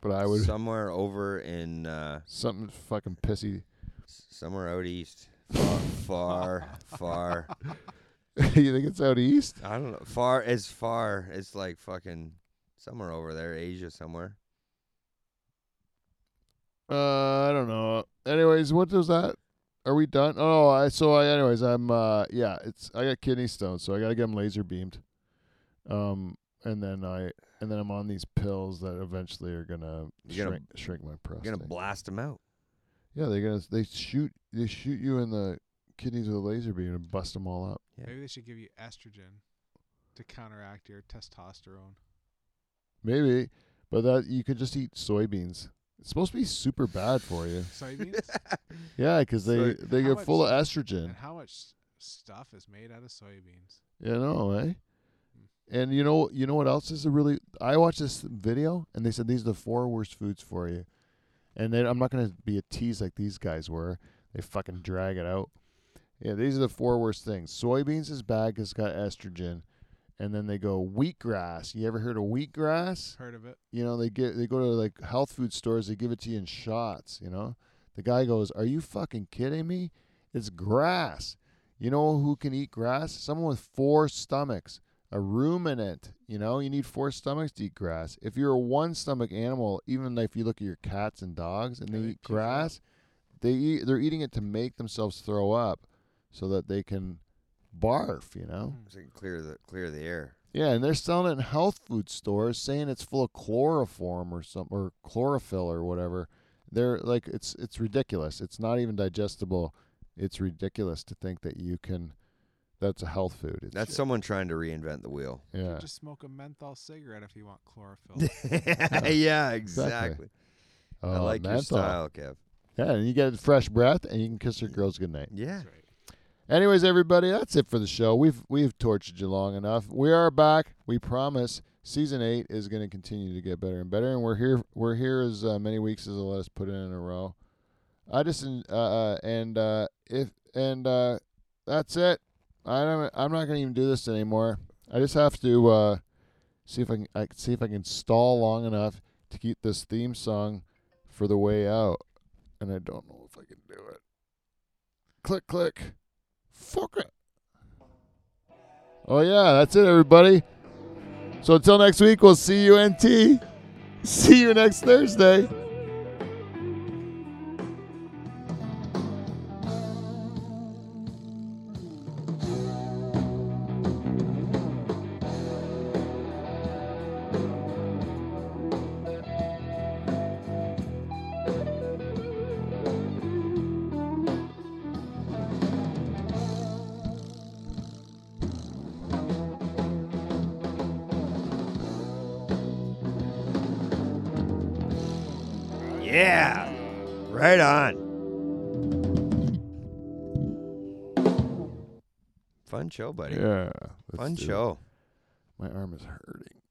but I would
somewhere over in uh,
<laughs> something fucking pissy. <laughs>
s- somewhere out east. Far, far, far.
<laughs>
you think it's out east?
I don't know. Far as far as like fucking somewhere over there, Asia somewhere.
Uh, I don't know. Anyways, what was that? Are we done? Oh, I so I anyways I'm uh yeah it's I got kidney stones so I gotta get them laser beamed, um and then I and then I'm on these pills that eventually are gonna
You're gonna-
shrink shrink my prostate.
You're gonna blast them out.
yeah, they're gonna they shoot they shoot you in the kidneys with a laser beam and bust them all up.
Yeah.
Maybe they should give you estrogen to counteract your testosterone.
Maybe, but that you could just eat soybeans. It's supposed to be super bad for <laughs> you.
Soybeans?
Yeah, because they
Soy-
they
How
get
much-
full of estrogen.
and how much s- stuff is made out of soybeans?
You know, eh? And you know, you know what else is a really? I watched this video, and they said these are the four worst foods for you. And then I'm not going to be a tease like these guys were. They fucking drag it out. Yeah, these are the four worst things. Soybeans is bad 'cause it's got estrogen. And then they go wheatgrass. You ever heard of wheatgrass?
Heard of it?
You know, they get they go to like health food stores. They give it to you in shots. You know, the guy goes, "Are you fucking kidding me? It's grass." You know who can eat grass? Someone with four stomachs, a ruminant. You know, you need four stomachs to eat grass. If you're a one stomach animal, even if you look at your cats and dogs and
Yeah,
they
they
eat
puke it up.
grass, they eat, they're eating it to make themselves throw up, so that they can barf. You know.
Mm.
<laughs> So you can clear the clear the air.
Yeah, and they're selling it in health food stores, saying it's full of chloroform or some or chlorophyll or whatever. They're like it's it's ridiculous. It's not even digestible. It's ridiculous to think that you can. That's a health food. It's,
That's someone trying to reinvent the wheel.
yeah.
Just smoke a menthol cigarette if you want
<laughs>
Oh.
chlorophyll.
yeah, exactly. I
Oh,
like your
menthol.
style, Kev.
Yeah, and you get fresh breath, and you can kiss your girls goodnight.
Yeah.
That's right.
Anyways, everybody, that's it for the show. We've we've tortured you long enough. We are back. We promise. Season eight is going to continue to get better and better, and we're here. We're here as uh, many weeks as they'll let us put in in a row. I just uh, uh, and uh, if and uh, that's it. I don't, I'm not going to even do this anymore. I just have to uh, see if I can I, see if I can stall long enough to keep this theme song for the way out, and I don't know if I can do it. Click click. Fuck it. Oh yeah, that's it, everybody. So until next week, we'll see you NT. See you next Thursday.
Yeah. Right on. Fun show, buddy.
Yeah.
Fun show.
My arm is hurting.